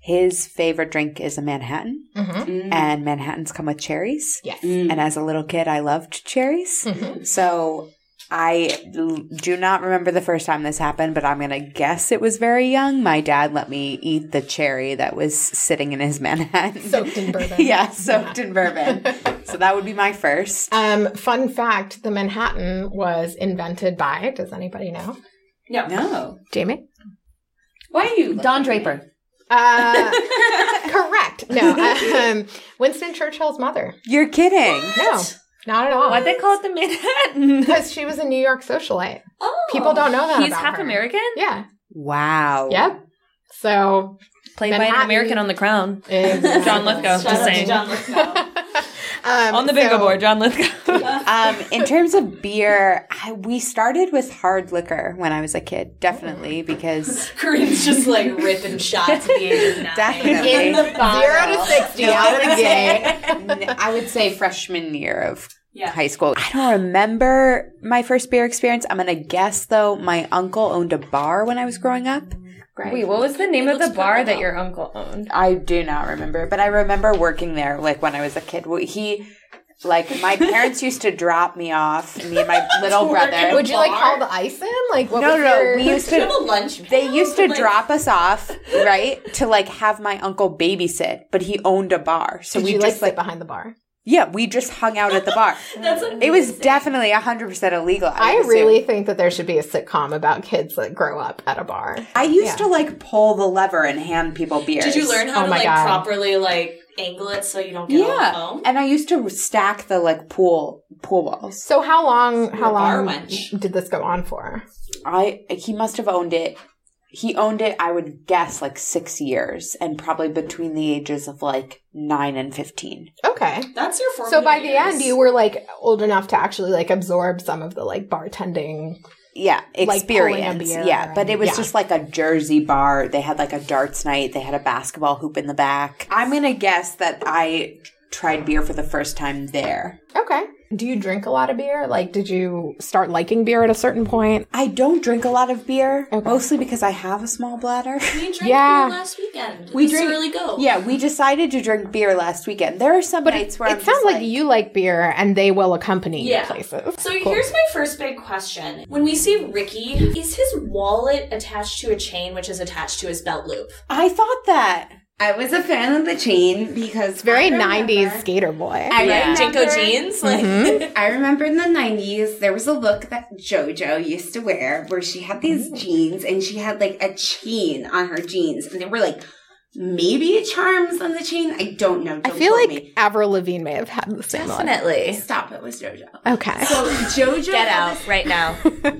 Speaker 3: His favorite drink is a Manhattan,
Speaker 2: Mm-hmm.
Speaker 5: Mm.
Speaker 3: and Manhattans come with cherries.
Speaker 2: Yes.
Speaker 5: Mm.
Speaker 3: And as a little kid, I loved cherries.
Speaker 2: Mhm.
Speaker 3: So I l- do not remember the first time this happened, but I'm going to guess it was very young. My dad let me eat the cherry that was sitting in his Manhattan.
Speaker 2: Soaked in bourbon.
Speaker 3: yeah, soaked in bourbon. so that would be my first.
Speaker 2: Um, fun fact: the Manhattan was invented by. Does anybody know?
Speaker 1: No.
Speaker 3: No.
Speaker 2: Jamie.
Speaker 5: Why are you?
Speaker 4: Don Draper.
Speaker 2: Uh, correct. No. Um, Winston Churchill's mother.
Speaker 3: You're kidding.
Speaker 2: No, not at all.
Speaker 4: Why'd they call it the Manhattan?
Speaker 2: Because she was a New York socialite.
Speaker 1: Oh.
Speaker 2: People don't know that.
Speaker 4: He's
Speaker 2: about
Speaker 4: half
Speaker 2: her.
Speaker 4: American,
Speaker 2: Yeah.
Speaker 3: Wow.
Speaker 2: Yep. So
Speaker 4: played by
Speaker 2: Manhattan.
Speaker 4: an American on The Crown. John Lithgow.
Speaker 1: Shout
Speaker 4: Just
Speaker 1: out to
Speaker 4: saying.
Speaker 1: John Lithgow.
Speaker 2: Um,
Speaker 4: on the
Speaker 2: so-
Speaker 4: bingo board, John Lithgow.
Speaker 3: Um, in terms of beer, I, we started with hard liquor when I was a kid, definitely, because
Speaker 1: Corinne's just like ripping shots at the age of nine.
Speaker 3: Definitely.
Speaker 5: In the
Speaker 2: Zero to
Speaker 5: bottle.
Speaker 2: sixty
Speaker 3: No,
Speaker 2: out
Speaker 3: I
Speaker 2: of the
Speaker 3: would say-
Speaker 2: gate.
Speaker 3: I would say freshman year of
Speaker 1: Yeah.
Speaker 3: high school. I don't remember my first beer experience. I'm gonna guess though, my uncle owned a bar when I was growing up.
Speaker 4: Wait, what was the name of the
Speaker 1: looks
Speaker 4: bar
Speaker 1: purple.
Speaker 4: that your uncle owned?
Speaker 3: I do not remember, but I remember working there like when I was a kid. Well, He, like, my parents used to drop me off, me and my little brother.
Speaker 2: Would you like call the ice in? Like what
Speaker 3: no,
Speaker 2: was
Speaker 3: no,
Speaker 2: your-
Speaker 3: we used
Speaker 1: Do you have
Speaker 3: to.
Speaker 1: a lunch?
Speaker 3: They used to
Speaker 1: Like-
Speaker 3: drop us off, right, to like have my uncle babysit, but he owned a bar, so
Speaker 2: Did
Speaker 3: we
Speaker 2: you like
Speaker 3: just
Speaker 2: sit
Speaker 3: like,
Speaker 2: behind the bar?
Speaker 3: yeah, we just hung out at the bar.
Speaker 1: That's
Speaker 3: It was definitely hundred percent illegal.
Speaker 2: I
Speaker 3: would assume.
Speaker 2: really think that there should be a sitcom about kids that grow up at a bar.
Speaker 3: I used
Speaker 2: Yeah.
Speaker 3: to like pull the lever and hand people beers.
Speaker 1: Did you learn how
Speaker 2: Oh
Speaker 1: to
Speaker 2: my
Speaker 1: like
Speaker 2: God.
Speaker 1: properly like angle it so you don't get
Speaker 3: Yeah,
Speaker 1: all foam?
Speaker 3: and I used to stack the like pool pool balls.
Speaker 2: So how long? How
Speaker 1: a bar
Speaker 2: long
Speaker 1: wench.
Speaker 2: did this go on for?
Speaker 3: I he must have owned it. He owned it, I would guess, like six years, and probably between the ages of like nine and fifteen.
Speaker 2: Okay.
Speaker 1: That's your formative
Speaker 2: So by the
Speaker 1: years.
Speaker 2: end, you were like old enough to actually like absorb some of the like bartending.
Speaker 3: Yeah,
Speaker 2: pulling a
Speaker 3: experience.
Speaker 2: beer
Speaker 3: yeah, but
Speaker 2: and-
Speaker 3: it was
Speaker 2: yeah.
Speaker 3: just like a Jersey bar. They had like a darts night. They had a basketball hoop in the back. I'm gonna guess that I tried beer for the first time there.
Speaker 2: Okay. Do you drink a lot of beer? Like, did you start liking beer at a certain point?
Speaker 3: I don't drink a lot of beer,
Speaker 2: Okay.
Speaker 3: mostly because I have a small bladder.
Speaker 1: We drank
Speaker 2: Yeah.
Speaker 1: beer last weekend.
Speaker 3: We
Speaker 1: We drank.
Speaker 3: drink-
Speaker 1: Really go.
Speaker 3: yeah, we decided to drink beer last weekend. There are some nights where
Speaker 2: It
Speaker 3: I'm
Speaker 2: sounds
Speaker 3: just
Speaker 2: like, you like beer, and they will accompany you
Speaker 1: Yeah.
Speaker 2: places.
Speaker 1: So
Speaker 2: Cool.
Speaker 1: here's my first big question. When we see Ricky, is his wallet attached to a chain which is attached to his belt loop?
Speaker 3: I thought that.
Speaker 5: I was a fan of the chain because
Speaker 2: It's very
Speaker 5: I remember-
Speaker 2: '90s skater boy.
Speaker 5: I
Speaker 1: Like
Speaker 5: remember,
Speaker 1: Jinko jeans? Like
Speaker 7: Mm-hmm.
Speaker 5: I remember in the '90s there was a look that JoJo used to wear where she had these jeans and she had like a chain on her jeans and they were like maybe charms on the chain. I don't know.
Speaker 2: I
Speaker 5: Don't
Speaker 2: feel
Speaker 5: quote
Speaker 2: like
Speaker 5: me.
Speaker 2: Avril Lavigne may have had the same one.
Speaker 7: Definitely.
Speaker 5: stop. It was JoJo.
Speaker 2: Okay.
Speaker 5: So JoJo
Speaker 7: Get
Speaker 5: had
Speaker 7: out right now.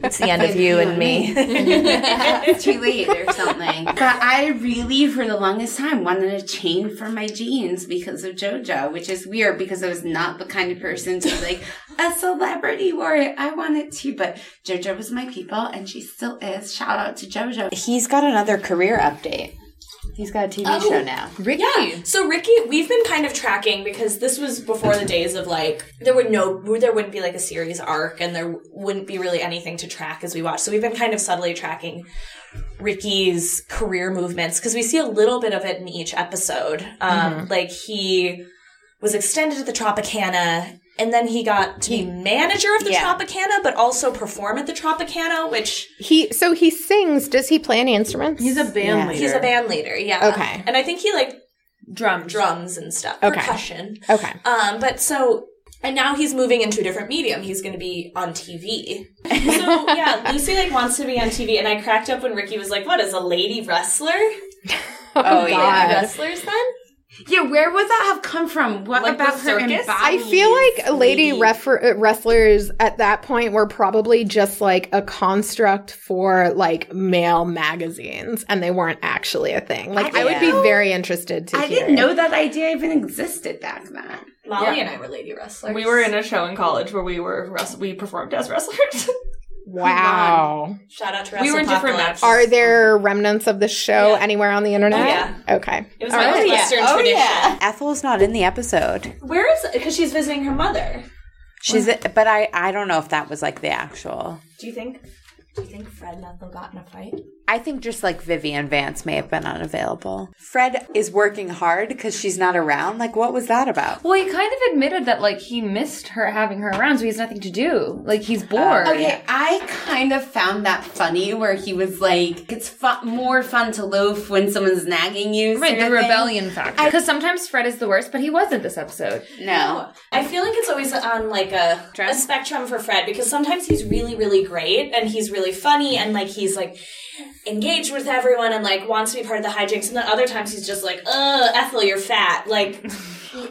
Speaker 7: It's the end of you and me.
Speaker 5: it's too late or something. But I really, for the longest time, wanted a chain for my jeans because of JoJo, which is weird because I was not the kind of person to like a celebrity wore it. I want it too, but JoJo was my people, and she still is. Shout out to JoJo.
Speaker 3: He's got another career update. He's got a TV
Speaker 1: Oh.
Speaker 3: show now.
Speaker 4: Ricky.
Speaker 1: Yeah. So Ricky, we've been kind of tracking because this was before the days of like there would no there wouldn't be like a series arc and there wouldn't be really anything to track as we watch. So we've been kind of subtly tracking Ricky's career movements because we see a little bit of it in each episode. Um, Like he was extended to the Tropicana. And then he got to be manager of the
Speaker 3: Yeah.
Speaker 1: Tropicana, but also perform at the Tropicana, which
Speaker 2: He so he sings. Does he play any instruments?
Speaker 8: He's a band leader.
Speaker 1: he's a band leader. Yeah.
Speaker 2: Okay.
Speaker 1: And I think he like
Speaker 8: Drums.
Speaker 1: drums and stuff,
Speaker 2: Okay.
Speaker 1: percussion.
Speaker 2: okay.
Speaker 1: Um, but so, and now he's moving into a different medium. He's going to be on TV. So yeah, Lucy like wants to be on TV, and I cracked up when Ricky was like, "What is a lady wrestler?
Speaker 3: Oh, yeah.
Speaker 1: Wrestlers then?
Speaker 5: Yeah, where would that have come from? What
Speaker 1: Like the
Speaker 5: about her?
Speaker 1: circus?
Speaker 2: I
Speaker 5: embodied
Speaker 2: feel like lady
Speaker 5: lady?
Speaker 2: refer- uh, wrestlers at that point were probably just like a construct for like male magazines, and they weren't actually a thing. Like I,
Speaker 5: I
Speaker 2: would be
Speaker 5: know.
Speaker 2: very interested to
Speaker 5: I
Speaker 2: hear.
Speaker 5: didn't know that idea even existed back then.
Speaker 9: Molly
Speaker 6: Yeah.
Speaker 9: and I were lady wrestlers.
Speaker 6: We were in a show in college where we were wres- we performed as wrestlers.
Speaker 2: Wow.
Speaker 9: shout out to
Speaker 6: we were in different
Speaker 9: Wrestlepocalypse.
Speaker 6: matches.
Speaker 2: Are there remnants of the show
Speaker 9: Yeah.
Speaker 2: anywhere on the internet?
Speaker 9: Oh, yeah.
Speaker 2: Okay.
Speaker 9: It was
Speaker 2: All
Speaker 9: my
Speaker 2: right.
Speaker 9: old Western tradition.
Speaker 3: Ethel's not in the episode.
Speaker 9: Where is because she's visiting her mother?
Speaker 3: She's, but I, I don't know if that was like the actual.
Speaker 9: Do you think? Do you think Fred and Ethel got in a fight?
Speaker 3: I think just like Vivian Vance may have been unavailable. Fred is working hard because she's not around. Like, what was that about?
Speaker 4: Well, he kind of admitted that like he missed her having her around, so he has nothing to do. Like he's bored.
Speaker 5: Okay, I kind of found that funny where he was like, it's fu- more fun to loaf when someone's nagging you.
Speaker 4: Right,
Speaker 5: sort
Speaker 4: the
Speaker 5: of thing.
Speaker 4: rebellion factor. Because sometimes Fred is the worst, but he wasn't this episode.
Speaker 5: No.
Speaker 9: I feel like it's always on like a, a spectrum for Fred because sometimes he's really, really great and he's really funny and like he's like engaged with everyone and like wants to be part of the hijinks, and then other times he's just like, "Ugh, Ethel, you're fat." Like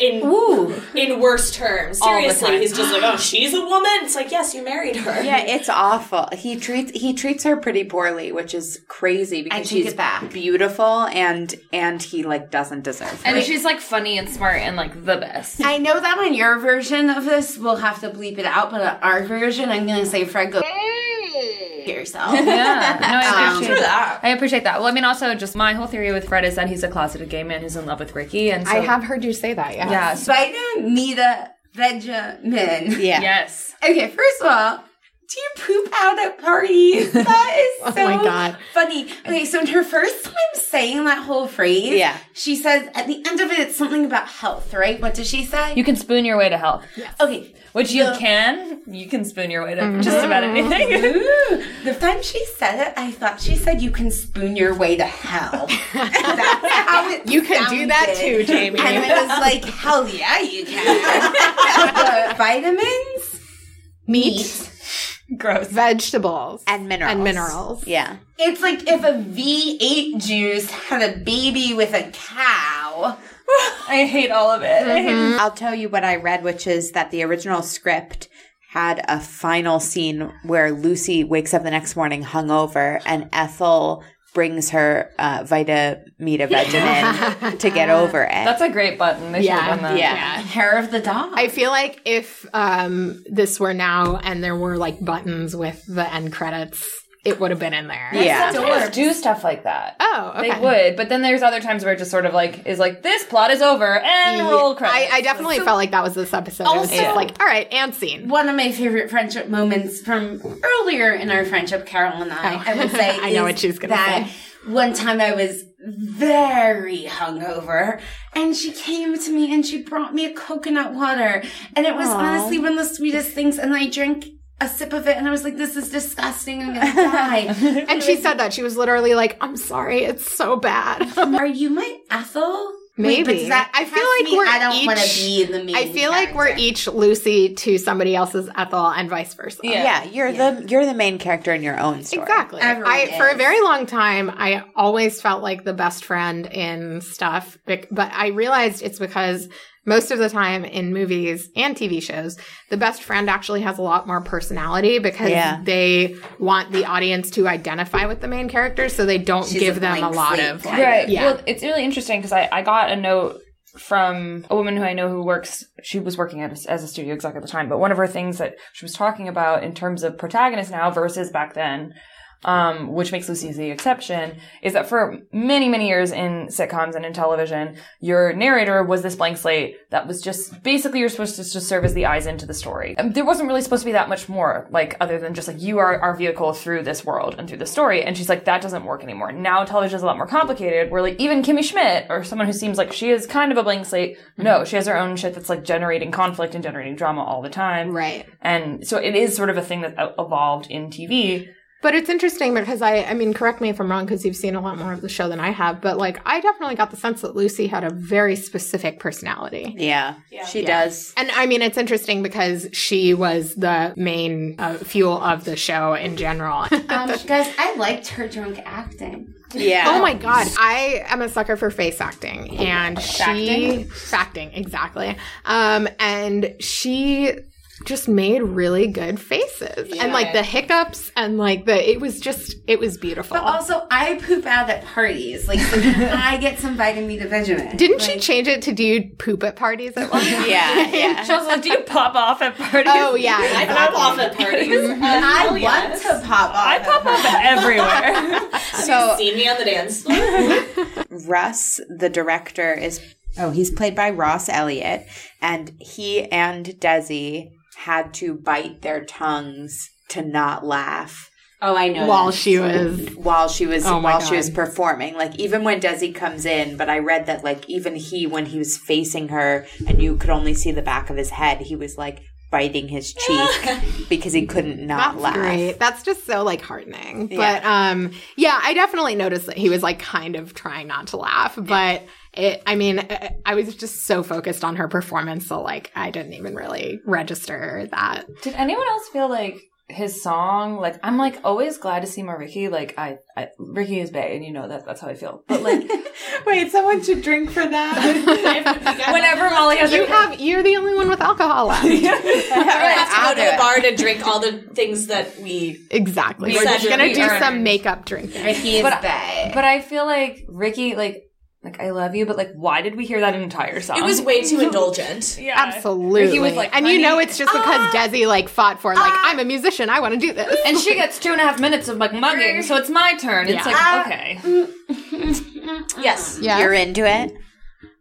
Speaker 9: in in worse terms,
Speaker 4: All the
Speaker 9: seriously,
Speaker 4: time.
Speaker 9: he's just like, "Oh, she's a woman." It's like, yes, you married her.
Speaker 3: Yeah, it's awful. He treats he treats her pretty poorly, which is crazy
Speaker 5: I
Speaker 3: because
Speaker 5: take
Speaker 3: she's
Speaker 5: it back.
Speaker 3: beautiful and and he like doesn't deserve. Her.
Speaker 4: And she's like funny and smart and like the best.
Speaker 5: I know that on your version of this, we'll have to bleep it out, but on our version, I'm going to say, Fred, go yourself.
Speaker 4: Yeah, no, I appreciate
Speaker 5: Um,
Speaker 4: that. I appreciate that. Well, I mean, also, just my whole theory with Fred is that he's a closeted gay man who's in love with Ricky, and so,
Speaker 2: I have heard you say that, yeah.
Speaker 4: yeah, so,
Speaker 5: Spider Nita Benjamin.
Speaker 3: Yeah.
Speaker 4: yes,
Speaker 5: Okay, first of all, do you poop out at parties? That is so
Speaker 2: Oh my God.
Speaker 5: funny. Okay, so in her first time saying that whole phrase,
Speaker 3: Yeah.
Speaker 5: she says at the end of it, it's something about health, right? What does she say?
Speaker 4: you can spoon your way to health,
Speaker 5: okay,
Speaker 4: which you can. You can spoon your way to just about anything.
Speaker 5: the time she said it, I thought she said you can spoon your way to hell. That's how it
Speaker 2: You can do that
Speaker 5: sounded.
Speaker 2: too, Jamie.
Speaker 5: And I was like, hell yeah, you can. the vitamins, meat,
Speaker 4: Gross.
Speaker 2: Vegetables.
Speaker 3: And minerals.
Speaker 2: And minerals.
Speaker 3: Yeah.
Speaker 5: It's like if a V8 juice had a baby with a cow.
Speaker 4: I hate all of it. I hate
Speaker 3: I'll tell you what I read, which is that the original script had a final scene where Lucy wakes up the next morning hungover and Ethel brings her uh, Vita Mita Vegemin to get over it.
Speaker 4: That's a great button. They should
Speaker 2: Yeah,
Speaker 4: have done that.
Speaker 3: yeah.
Speaker 5: Hair of the dog.
Speaker 2: I feel like if um, this were now and there were like buttons with the end credits, it would have been in there.
Speaker 3: yeah.
Speaker 4: Sometimes do stuff like that.
Speaker 2: Oh, okay.
Speaker 4: They would, but then there's other times where it just sort of like is like this plot is over and roll
Speaker 2: I,
Speaker 4: credits.
Speaker 2: I definitely felt like that was this episode. it was
Speaker 5: Also-
Speaker 2: just like, all right, and scene.
Speaker 5: One of my favorite friendship moments from earlier in our friendship, Carol and I,
Speaker 2: Oh.
Speaker 5: I would say,
Speaker 2: I know
Speaker 5: is
Speaker 2: what she's gonna
Speaker 5: that One time I was very hungover, and she came to me and she brought me a coconut water, and it was honestly one of the sweetest things. And I drank a sip of it, and I was like, "This is disgusting. I'm gonna die."
Speaker 2: And she said that. She was literally like, I'm sorry, it's so bad.
Speaker 5: Are you my Ethel?
Speaker 2: Maybe.
Speaker 5: but does that
Speaker 2: I feel
Speaker 5: pass
Speaker 2: like
Speaker 5: me?
Speaker 2: we're
Speaker 5: I don't want to
Speaker 2: each-
Speaker 5: be the main.
Speaker 2: I feel like we're
Speaker 5: character.
Speaker 2: each Lucy to somebody else's Ethel and vice versa.
Speaker 4: Yeah.
Speaker 3: Yeah, you're the you're the main character in your own story.
Speaker 2: Exactly.
Speaker 5: Everyone
Speaker 2: I for a
Speaker 5: is.
Speaker 2: very long time I always felt like the best friend in stuff, bec- but I realized it's because most of the time in movies and TV shows, the best friend actually has a lot more personality because
Speaker 3: Yeah.
Speaker 2: they want the audience to identify with the main characters, so they don't
Speaker 5: She's
Speaker 2: give
Speaker 5: a
Speaker 2: them a
Speaker 5: blank
Speaker 2: lot
Speaker 5: slate
Speaker 2: of
Speaker 5: kind
Speaker 2: like,
Speaker 4: Right.
Speaker 2: Yeah.
Speaker 4: Well, it's really interesting because I, I got a note from a woman who I know who works, she was working at, as a studio exec at the time, but one of her things that she was talking about in terms of protagonist now versus back then, um, which makes Lucy the exception, is that for many, many years in sitcoms and in television, your narrator was this blank slate that was just basically you're supposed to just serve as the eyes into the story. And there wasn't really supposed to be that much more, like, other than just like you are our vehicle through this world and through the story. And she's like, that doesn't work anymore. Now television is a lot more complicated where like even Kimmy Schmidt or someone who seems like she is kind of a blank slate, no, she has her own shit that's like generating conflict and generating drama all the time.
Speaker 2: Right.
Speaker 4: And so it is sort of a thing that e- evolved in TV.
Speaker 2: But it's interesting because I, I mean, correct me if I'm wrong because you've seen a lot more of the show than I have, but like I definitely got the sense that Lucy had a very specific personality.
Speaker 3: Yeah.
Speaker 9: Yeah.
Speaker 3: She
Speaker 2: Yeah.
Speaker 3: does.
Speaker 2: And I mean, it's interesting because she was the main uh, fuel of the show in general.
Speaker 5: Um, guys, I liked her drunk acting.
Speaker 3: Yeah.
Speaker 2: oh my god, I am a sucker for face acting, and she facting exactly. Um, and she just made really good faces and like the hiccups and like the it was just it was beautiful.
Speaker 5: But also, I poop out at parties. Like, so can I get some vitamin D vitamin?
Speaker 2: Didn't she change it to do you poop at parties at one point?
Speaker 3: Yeah, yeah.
Speaker 4: She was like, do you pop off at parties?
Speaker 2: Oh yeah,
Speaker 9: I pop off at parties. Um,
Speaker 5: I
Speaker 2: Oh,
Speaker 9: hell
Speaker 5: want
Speaker 9: yes.
Speaker 5: to pop off.
Speaker 4: I pop off everywhere.
Speaker 3: So
Speaker 9: See me on the dance floor.
Speaker 3: Russ, the director, is oh, he's played by Ross Elliott, and he and Desi had to bite their tongues to not laugh
Speaker 5: Oh, I know.
Speaker 2: while
Speaker 5: that.
Speaker 2: she was
Speaker 3: while she was
Speaker 2: Oh my
Speaker 3: while she
Speaker 2: God.
Speaker 3: was performing. Like even when Desi comes in, but I read that like even he when he was facing her and you could only see the back of his head, he was like biting his cheek because he couldn't not
Speaker 2: That's
Speaker 3: laugh.
Speaker 2: great. That's just so like heartening.
Speaker 3: Yeah.
Speaker 2: But um yeah, I definitely noticed that he was like kind of trying not to laugh, but it I mean, I- I was just so focused on her performance so like I didn't even really register that.
Speaker 4: Did anyone else feel like his song? Like I'm like always glad to see more Ricky. Like I, I Ricky is Bay, and you know that that's how I feel. But like
Speaker 3: Wait, someone should drink for that.
Speaker 4: whenever Molly has
Speaker 2: You
Speaker 4: a
Speaker 2: have you're the only one with alcohol left.
Speaker 9: I have to
Speaker 3: I'll
Speaker 9: go
Speaker 3: do
Speaker 9: to a
Speaker 3: it.
Speaker 9: bar to drink all the things that we.
Speaker 2: exactly.
Speaker 4: We
Speaker 2: We're just
Speaker 9: said
Speaker 2: going to
Speaker 4: we
Speaker 2: do
Speaker 4: earned.
Speaker 2: some makeup drinking.
Speaker 5: Ricky is
Speaker 4: But-
Speaker 5: bae.
Speaker 4: But I feel like Ricky, like, like I love you, but like, why did we hear that entire song?
Speaker 9: It was way too indulgent.
Speaker 4: yeah.
Speaker 2: Absolutely.
Speaker 4: Ricky was like,
Speaker 2: and you know
Speaker 4: "Honey,
Speaker 2: it's just because Desi like fought for like I'm a musician, I want to do this.
Speaker 4: And she gets two and a half minutes of like mugging, so it's my turn. It's
Speaker 2: Yeah.
Speaker 4: like okay,
Speaker 9: Yes.
Speaker 2: yeah.
Speaker 3: You're into it.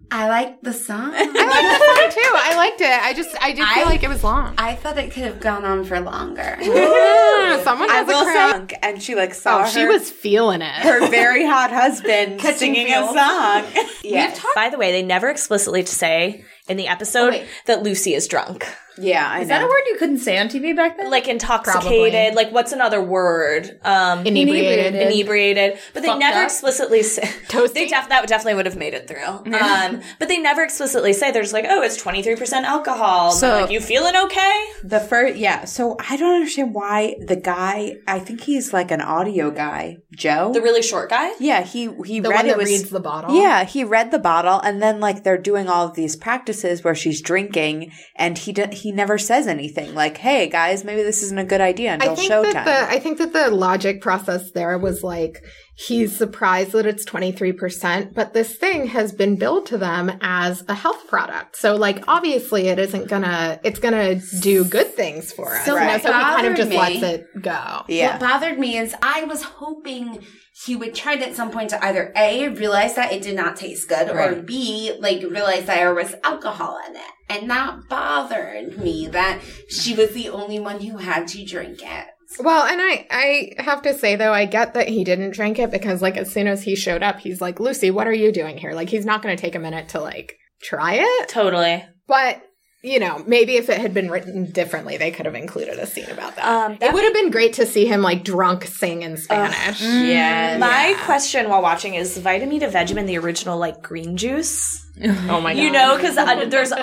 Speaker 5: I like the song.
Speaker 2: I liked the song too. I liked it. I just I did feel
Speaker 5: I-
Speaker 2: like it was long.
Speaker 5: I thought it could have gone on for longer.
Speaker 2: Yeah, someone
Speaker 3: I
Speaker 2: has
Speaker 3: will
Speaker 2: a crush.
Speaker 3: song, and she like saw
Speaker 2: Oh,
Speaker 3: her.
Speaker 2: she was feeling it.
Speaker 3: her very hot husband singing a song. Yes.
Speaker 1: By the way, they never explicitly say in the episode that Lucy is drunk.
Speaker 3: Yeah, I know.
Speaker 4: word you couldn't say on TV back then?
Speaker 1: Like intoxicated,
Speaker 2: Probably.
Speaker 1: like what's another word? Um
Speaker 2: Inebriated.
Speaker 1: inebriated. But they
Speaker 4: Fucked
Speaker 1: never
Speaker 4: up.
Speaker 1: explicitly say they
Speaker 2: Toasty?
Speaker 1: def- that definitely would have made it through. Um but they never explicitly say they're just like, oh, it's twenty three percent alcohol. So
Speaker 3: So-
Speaker 1: like, you feeling okay?
Speaker 3: The first, yeah. So I don't understand why the guy. I think he's like an audio guy, Joe.
Speaker 1: The really short guy?
Speaker 3: yeah, he he
Speaker 2: The
Speaker 3: read
Speaker 2: one
Speaker 3: it
Speaker 2: that
Speaker 3: was.
Speaker 2: reads the bottle.
Speaker 3: yeah, he read the bottle, and then like they're doing all of these practices where she's drinking, and he d- he never says anything like, "Hey guys, maybe this isn't a good idea
Speaker 2: I
Speaker 3: until
Speaker 2: think
Speaker 3: showtime."
Speaker 2: that the I think that the logic process there was like he's surprised that it's 23%, but this thing has been billed to them as a health product. So like obviously it isn't gonna it's gonna do good things for us.
Speaker 5: So
Speaker 2: you know,
Speaker 3: what
Speaker 2: so he kind of
Speaker 5: bothered
Speaker 2: just
Speaker 5: me-
Speaker 2: lets it go.
Speaker 3: yeah,
Speaker 5: What bothered me is I was hoping he would try it at some point to either A, realize that it did not taste good, or
Speaker 3: Right.
Speaker 5: B, like realize that there was alcohol in it. And that bothered me that she was the only one who had to drink it.
Speaker 2: Well, and I, I have to say though, I get that he didn't drink it because like as soon as he showed up, he's like, Lucy, what are you doing here? Like he's not going to take a minute to like try it.
Speaker 1: Totally.
Speaker 2: But you know, maybe if it had been written differently, they could have included a scene about that.
Speaker 1: Um,
Speaker 2: it would have been great to see him like drunk sing in Spanish.
Speaker 3: yeah.
Speaker 1: My question while watching is vitamin E to vegemin the original like green juice.
Speaker 4: oh my god,
Speaker 1: You know, because there's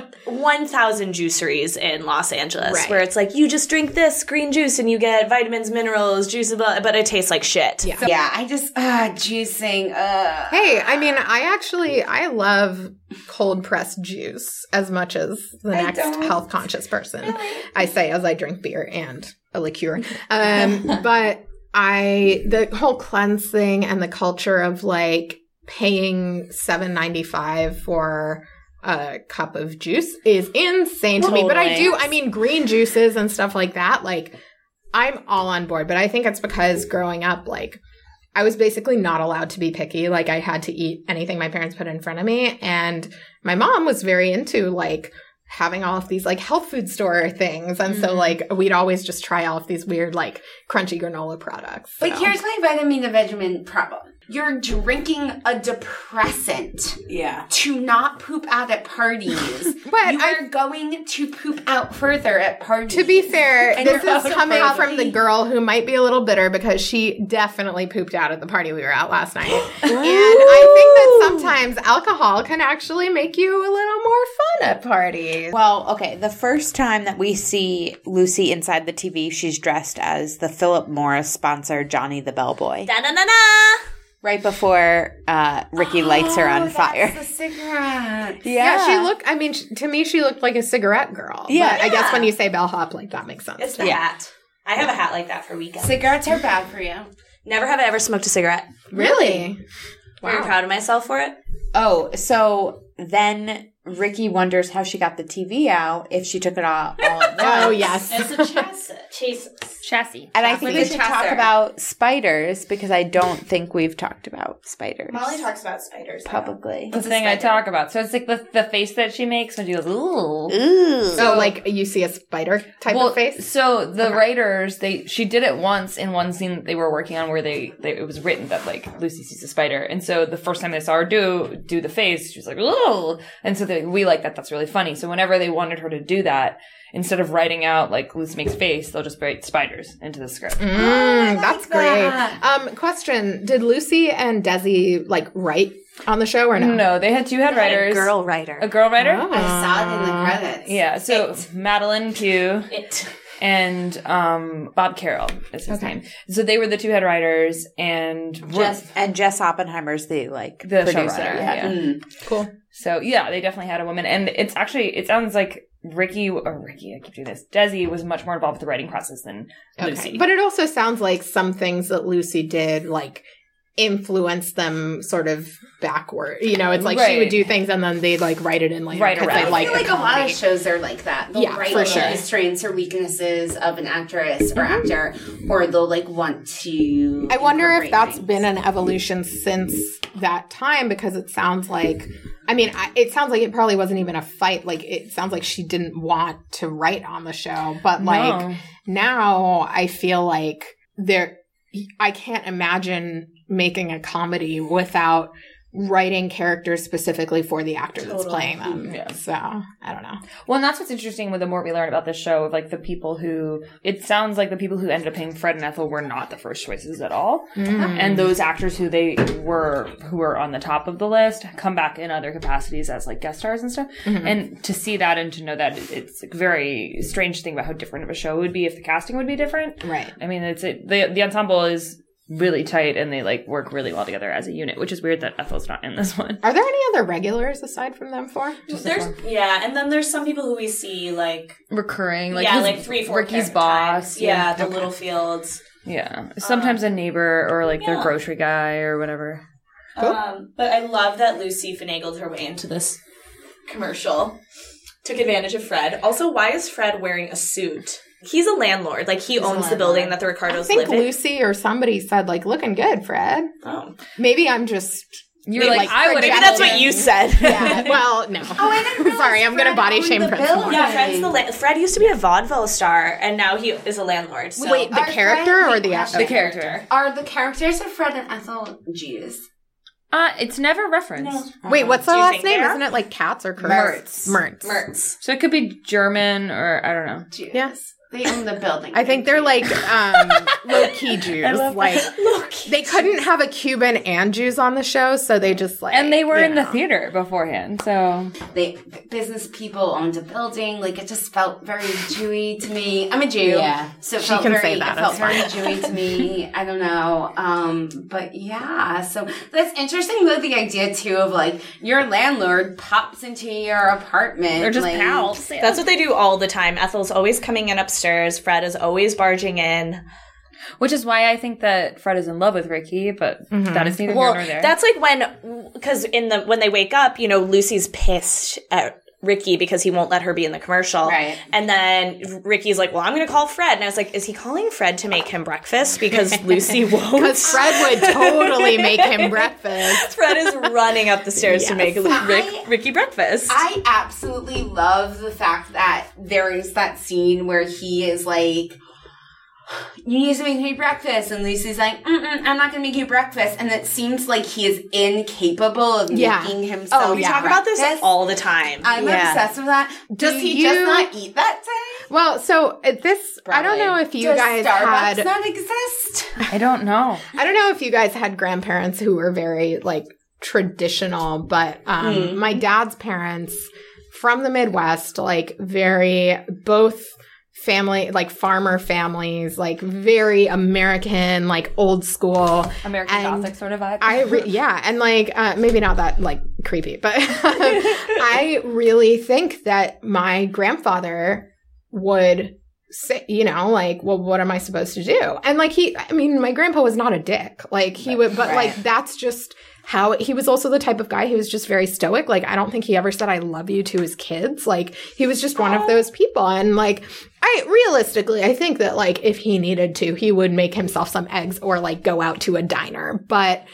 Speaker 1: 1,000 juiceries in Los Angeles
Speaker 2: Right.
Speaker 1: where it's like you just drink this green juice and you get vitamins, minerals, juices, blah, but it tastes like shit.
Speaker 2: Yeah.
Speaker 5: Yeah, I just, ah, juicing, uh.
Speaker 2: Hey, I mean, I actually I love cold pressed juice as much as the next health conscious person. I say as I drink beer and a liqueur. Um, but I the whole cleanse thing and the culture of like paying seven ninety five for a cup of juice is insane to me. But I do, I mean, green juices and stuff like that. Like, I'm all on board. But I think it's because growing up, like. I was basically not allowed to be picky. Like I had to eat anything my parents put in front of me. And my mom was very into like having all of these like health food store things. And
Speaker 5: Mm-hmm.
Speaker 2: so like we'd always just try all of these weird like crunchy granola products.
Speaker 5: But
Speaker 2: So-
Speaker 5: here's my vitamin D vitamin problem. You're drinking a depressant
Speaker 3: yeah.
Speaker 5: to not poop out at parties.
Speaker 2: But
Speaker 5: you
Speaker 2: I-
Speaker 5: are going to poop out further at parties.
Speaker 2: to be fair,
Speaker 5: And
Speaker 2: this
Speaker 5: you're
Speaker 2: is
Speaker 5: also
Speaker 2: coming from the
Speaker 5: crazy.
Speaker 2: girl who might be a little bitter because she definitely pooped out at the party we were at last night. and I think that sometimes alcohol can actually make you a little more fun at parties.
Speaker 3: Well, okay. The first time that we see Lucy inside the TV, she's dressed as the Philip Morris sponsor, Johnny the Bellboy.
Speaker 1: Da-na-na-na!
Speaker 3: right before uh, Ricky lights her
Speaker 9: Oh,
Speaker 3: on fire.
Speaker 5: cigarette.
Speaker 2: Yeah. she looked. I mean, sh- to me, she looked like a cigarette girl.
Speaker 3: Yeah.
Speaker 2: but I guess when you say bellhop, like that makes sense.
Speaker 9: It's the
Speaker 3: Yeah.
Speaker 9: hat. I have a hat like that for weekends.
Speaker 5: Cigarettes are bad for you.
Speaker 9: Never have I ever smoked a cigarette.
Speaker 2: Really?
Speaker 9: Very proud of myself for it.
Speaker 3: Oh, so then Ricky wonders how she got the TV out if she took it all. all at
Speaker 2: Oh
Speaker 3: once.
Speaker 2: yes.
Speaker 9: It's a chassis. Jesus.
Speaker 10: Chassis.
Speaker 3: And I think we
Speaker 5: Chocolate
Speaker 3: should
Speaker 5: chasser.
Speaker 3: talk about spiders because I don't think we've talked about spiders
Speaker 9: Molly talks about spiders. I don't.
Speaker 3: publicly.
Speaker 4: the thing I talk about. So it's like the, the face that she makes when she goes, ooh.
Speaker 3: Ooh.
Speaker 2: So, like you see a spider type
Speaker 4: Well,
Speaker 2: of face.
Speaker 4: So the writers, they she did it once in one scene that they were working on where they, they it was written that like Lucy sees a spider, and so the first time they saw her do do the face, she was like oh, and so they, we like that. That's really funny. So whenever they wanted her to do that, instead of writing out like Lucy makes face, they'll just write spiders into the script.
Speaker 2: Mm, that's great. Um, question: Did Lucy and Desi like write on the show or no?
Speaker 4: No, they had two head writers,
Speaker 1: A girl writer.
Speaker 4: a girl writer.
Speaker 5: I saw it in
Speaker 2: Um,
Speaker 5: the credits.
Speaker 4: Yeah, so Madeline Q
Speaker 9: It.
Speaker 4: and um, Bob Carroll is his name. So they were the two head writers, and
Speaker 3: Jess, and Jess Oppenheimer's the like
Speaker 4: the
Speaker 3: producer.
Speaker 4: showrunner.
Speaker 3: yeah.
Speaker 4: Yeah.
Speaker 5: Mm.
Speaker 2: Cool.
Speaker 4: So yeah, they definitely had a woman, and it's actually it sounds like Ricky or Ricky. I keep doing this. Desi was much more involved with the writing process than Lucy.
Speaker 2: But it also sounds like some things that Lucy did like influenced them sort of backward. You know, it's like she
Speaker 4: Right.
Speaker 2: would do things and then they'd like write it in later.
Speaker 4: Right
Speaker 2: 'cause
Speaker 4: around.
Speaker 2: They
Speaker 4: I
Speaker 2: like
Speaker 5: I feel like
Speaker 2: it.
Speaker 5: a lot of shows are like that. They'll
Speaker 2: Yeah,
Speaker 5: write
Speaker 2: for
Speaker 5: like
Speaker 2: sure. Mm-hmm.
Speaker 5: the strengths or weaknesses of an actress or actor, or they'll like want to.
Speaker 2: I wonder if
Speaker 5: incorporate
Speaker 2: that's
Speaker 5: things.
Speaker 2: been an evolution since that time because it sounds like, I mean, I, it sounds like it probably wasn't even a fight. Like, it sounds like she didn't want to write on the show. But, like,
Speaker 4: No.
Speaker 2: now I feel like there, I can't imagine making a comedy without writing characters specifically for the actor that's playing them.
Speaker 4: Yeah.
Speaker 2: So, I don't know.
Speaker 4: well, and that's what's interesting with the more we learn about this show of like the people who it sounds like the people who ended up paying Fred and Ethel were not the first choices at all, and those actors who they were who were on the top of the list come back in other capacities as like guest stars and stuff, and to see that and to know that it's a very strange thing about how different of a show it would be if the casting would be different,
Speaker 2: Right.
Speaker 4: I mean, it's it, the the ensemble is really tight and they like work really well together as a unit, which is weird that Ethel's not in this one.
Speaker 2: Are there any other regulars aside from them four?
Speaker 9: There's yeah, and then there's some people who we see like
Speaker 4: Recurring,
Speaker 9: yeah, like three, four.
Speaker 4: Ricky's
Speaker 9: character
Speaker 4: boss,
Speaker 9: types. Yeah, the little fields.
Speaker 4: yeah. Sometimes a neighbor or like their grocery guy or whatever.
Speaker 2: Cool.
Speaker 9: Um, but I love that Lucy finagled her way into this commercial. Took advantage of Fred. Also, why is Fred wearing a suit? He's a landlord. Like he owns the building that the
Speaker 2: I
Speaker 9: Ricardos
Speaker 2: think
Speaker 9: live in.
Speaker 2: Lucy or somebody said, like, looking good, Fred.
Speaker 9: Oh.
Speaker 2: Maybe I'm just.
Speaker 4: You're
Speaker 2: They,
Speaker 4: like,
Speaker 2: like,
Speaker 4: I would.
Speaker 2: project-
Speaker 1: Maybe that's what you said.
Speaker 2: Yeah. well, no. Oh,
Speaker 5: I didn't realize
Speaker 2: Sorry, I'm gonna
Speaker 5: Fred
Speaker 2: body
Speaker 5: owned
Speaker 2: shame
Speaker 5: the
Speaker 2: Fred. some more.
Speaker 5: building.
Speaker 9: Yeah, Fred's the la- Fred used to be a vaudeville star, and now he is a landlord. So.
Speaker 2: Wait, the
Speaker 5: Our
Speaker 2: character
Speaker 5: friend-
Speaker 2: or the actor?
Speaker 4: the character.
Speaker 5: Are the characters of Fred and Ethel Jews?
Speaker 4: Uh, it's never referenced,
Speaker 2: Wait, what's the
Speaker 9: Do you
Speaker 2: last
Speaker 9: think
Speaker 2: name?
Speaker 9: they are?
Speaker 2: Isn't it like Katz or
Speaker 5: Mertz.
Speaker 2: Kurtz? Mertz.
Speaker 9: Mertz.
Speaker 4: so it could be German or I don't know.
Speaker 5: Jews.
Speaker 2: Yes.
Speaker 5: They own the building.
Speaker 2: I think they're like um, low key Jews. Like they couldn't have a Cuban and Jews on the show, so they just like
Speaker 4: And they were
Speaker 2: you
Speaker 4: in the
Speaker 2: know.
Speaker 4: theater beforehand, so
Speaker 5: they business people owned a building. Like it just felt very Jewy to me. I'm a Jew,
Speaker 3: Yeah.
Speaker 5: So it
Speaker 2: She
Speaker 5: felt
Speaker 2: can
Speaker 5: very,
Speaker 2: say that,
Speaker 5: It felt
Speaker 2: it's
Speaker 5: very Jewy to me. I don't know, um, but yeah. So that's interesting though. The idea too of like your landlord pops into your apartment.
Speaker 4: they're just
Speaker 5: like,
Speaker 4: pals.
Speaker 1: That's
Speaker 9: That's what they do all the time. Ethel's always coming in upstairs. Fred is always barging in.
Speaker 4: Which is why I think that Fred is in love with Ricky, but that is neither
Speaker 1: Well,
Speaker 4: here nor there.
Speaker 1: that's like when, because in the when they wake up, you know, Lucy's pissed at Ricky because he won't let her be in the commercial.
Speaker 5: Right.
Speaker 1: And then Ricky's like, "Well, I'm going to call Fred," and I was like, "Is he calling Fred to make him breakfast because Lucy won't?"
Speaker 2: Because Fred would totally make him breakfast.
Speaker 1: Fred is running up the stairs to make Lu- Rick, Ricky breakfast.
Speaker 5: I absolutely love the fact that there is that scene where he is like, "You need to make me breakfast," and Lucy's like, Mm-mm, "I'm not going to make you breakfast," and it seems like he is incapable of
Speaker 2: Yeah.
Speaker 5: making himself.
Speaker 2: Oh,
Speaker 5: Oh,
Speaker 2: we
Speaker 5: we
Speaker 2: talk
Speaker 1: talk about this all the time.
Speaker 5: I'm
Speaker 3: Yeah.
Speaker 5: obsessed with that. Does
Speaker 2: Do
Speaker 5: he just
Speaker 2: you-
Speaker 5: not eat that day?
Speaker 2: Well, so at this I don't know if you
Speaker 5: Does
Speaker 2: guys
Speaker 5: Starbucks
Speaker 2: had
Speaker 5: not exist?
Speaker 4: I don't know.
Speaker 2: I don't know if you guys had grandparents who were very like traditional, but um, my dad's parents from the Midwest, like very both family, like farmer families, like very American, like old school.
Speaker 4: American
Speaker 2: And
Speaker 4: Gothic sort of vibe.
Speaker 2: I re- yeah, and like uh, maybe not that like creepy, but I really think that my grandfather would say, you know, like, well, what am I supposed to do? And like he, I mean, my grandpa was not a dick. Like he would, but like that's just how he was also the type of guy who was just very stoic. Like I don't think he ever said I love you to his kids. Like he was just one of those people. And like I realistically, I think that like if he needed to, he would make himself some eggs or like go out to a diner. But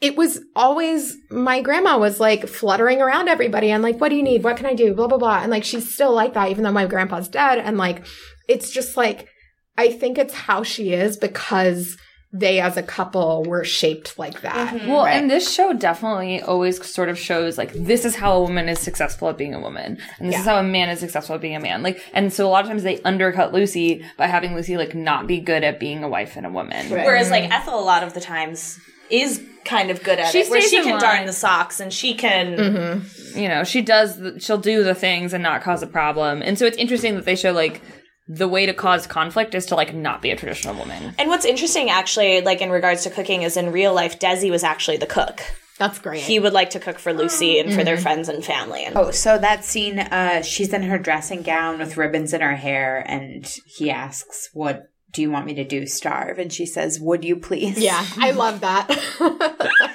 Speaker 2: it was always my grandma was like fluttering around everybody and like, what do you need? What can I do? Blah, blah, blah. And like she's still like that, even though my grandpa's dead. And like it's just like I think it's how she is because they as a couple were shaped like that.
Speaker 4: Well, and this show definitely always sort of shows like this is how a woman is successful at being a woman, and this is how a man is successful at being a man. Like, and so a lot of times they undercut Lucy by having Lucy like not be good at being a wife and a woman.
Speaker 1: Whereas like Ethel, a lot of the times is kind of good at
Speaker 4: Mm. She
Speaker 1: it, where
Speaker 4: stays
Speaker 1: she
Speaker 4: in
Speaker 1: can
Speaker 4: line. Mm.
Speaker 1: darn the socks and she can.
Speaker 2: Mm-hmm.
Speaker 4: You know, she does, th- she'll do the things and not cause a problem. And so it's interesting that they show like the way to cause conflict is to like not be a traditional woman.
Speaker 1: And what's interesting, actually, like in regards to cooking, is in real life, Desi was actually the cook.
Speaker 2: That's great.
Speaker 1: He would like to cook for Lucy and for their friends and family. And
Speaker 3: Oh, so that scene, uh, she's in her dressing gown with ribbons in her hair, and he asks, What do you want me to do? Starve? And she says, Would you please?
Speaker 2: yeah, I love that.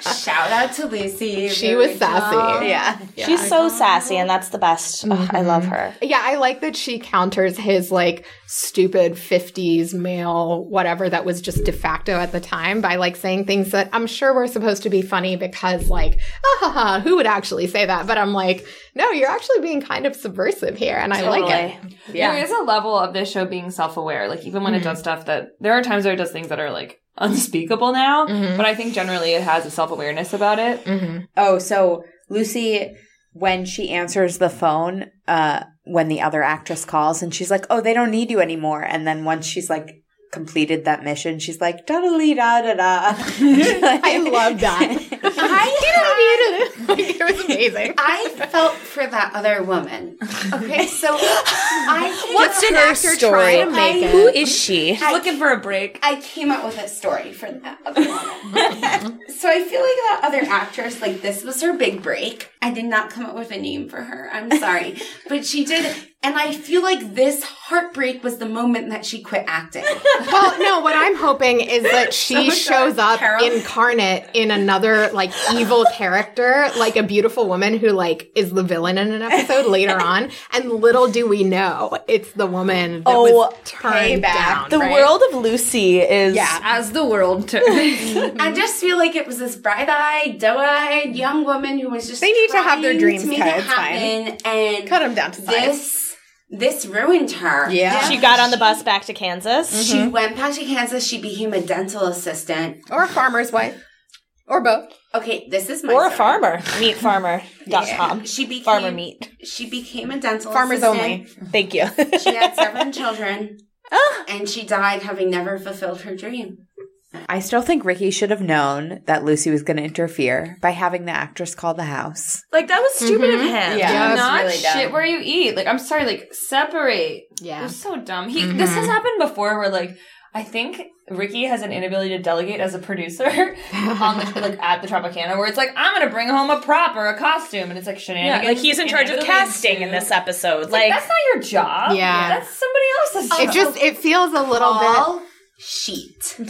Speaker 5: Shout out to Lucy.
Speaker 2: she was sassy.
Speaker 3: Yeah.
Speaker 1: she's so sassy, and that's the best. Ugh, I love her.
Speaker 2: Yeah, I like that she counters his like stupid 50s male whatever that was just de facto at the time by like saying things that I'm sure were supposed to be funny because like, ah, ha, ha, who would actually say that? But I'm like, no, you're actually being kind of subversive here and I like it.
Speaker 4: There is a level of this show being self aware. Like, even when it does stuff that there are times where it does things that are like unspeakable now, but I think generally it has a self awareness about it.
Speaker 3: Oh, so Lucy, when she answers the phone, uh, when the other actress calls and she's like, Oh, they don't need you anymore. And then once she's like completed that mission, she's like, Da da da da da.
Speaker 2: I love that. like, it was amazing.
Speaker 5: I felt for that other woman. Okay, so I what's
Speaker 2: an actor trying to make it.
Speaker 1: Who is she?
Speaker 6: Looking for a break.
Speaker 5: I came up with a story for that other woman. so I feel like that other actress, like this was her big break. I did not come up with a name for her. I'm sorry. but she did. And I feel like this heartbreak was the moment that she quit acting.
Speaker 2: Well, no, what I'm hoping is that she shows up
Speaker 5: Carol.
Speaker 2: incarnate in another like evil character, like a beautiful woman who like is the villain in an episode later on. And little do we know, it's the woman that was
Speaker 1: Oh,
Speaker 2: turned down.
Speaker 1: The
Speaker 2: right?
Speaker 1: world of Lucy is.
Speaker 4: As the world turns.
Speaker 5: I just feel like it was this bright-eyed, doe-eyed young woman who was just
Speaker 3: They need to have their
Speaker 5: trying
Speaker 3: dreams
Speaker 5: to make
Speaker 3: cut,
Speaker 5: it
Speaker 3: it's fine.
Speaker 5: happen, and
Speaker 3: Cut 'em down to size.
Speaker 5: This this ruined her.
Speaker 3: Yeah. Mm-hmm.
Speaker 1: She got on the bus back to Kansas.
Speaker 5: She went back to Kansas. She became a dental assistant.
Speaker 2: or a farmer's wife. Or both.
Speaker 5: Okay, this is my
Speaker 1: Or a
Speaker 5: story.
Speaker 1: farmer. Meatfarmer.com.
Speaker 5: She became
Speaker 1: Farmer meat.
Speaker 5: She became a dental
Speaker 2: Farmers
Speaker 5: assistant.
Speaker 2: only. Ah.
Speaker 1: Thank you.
Speaker 5: She had seven children, and she died having never fulfilled her dream.
Speaker 3: I still think Ricky should have known that Lucy was going to interfere by having the actress call the house.
Speaker 1: like, that was stupid of him.
Speaker 3: Yeah.
Speaker 2: Yes.
Speaker 4: not
Speaker 5: really dumb.
Speaker 4: shit where you eat. Like, I'm sorry, like, separate.
Speaker 2: Yeah.
Speaker 4: It's so dumb. He, This
Speaker 10: Mm-hmm.
Speaker 4: has happened before where, like, I think Ricky has an inability to delegate as a producer on the, like, at the Tropicana where it's like, I'm going to bring home a prop or a costume. And it's like
Speaker 1: Yeah,
Speaker 4: shenanigans.
Speaker 1: like he's in charge of
Speaker 4: inevitably
Speaker 1: casting in
Speaker 4: ensue.
Speaker 1: this episode.
Speaker 4: Like,
Speaker 1: Like,
Speaker 4: that's not your job.
Speaker 2: Yeah. Um,
Speaker 4: That's somebody else's job.
Speaker 2: It just it feels a little bit
Speaker 5: All sheet.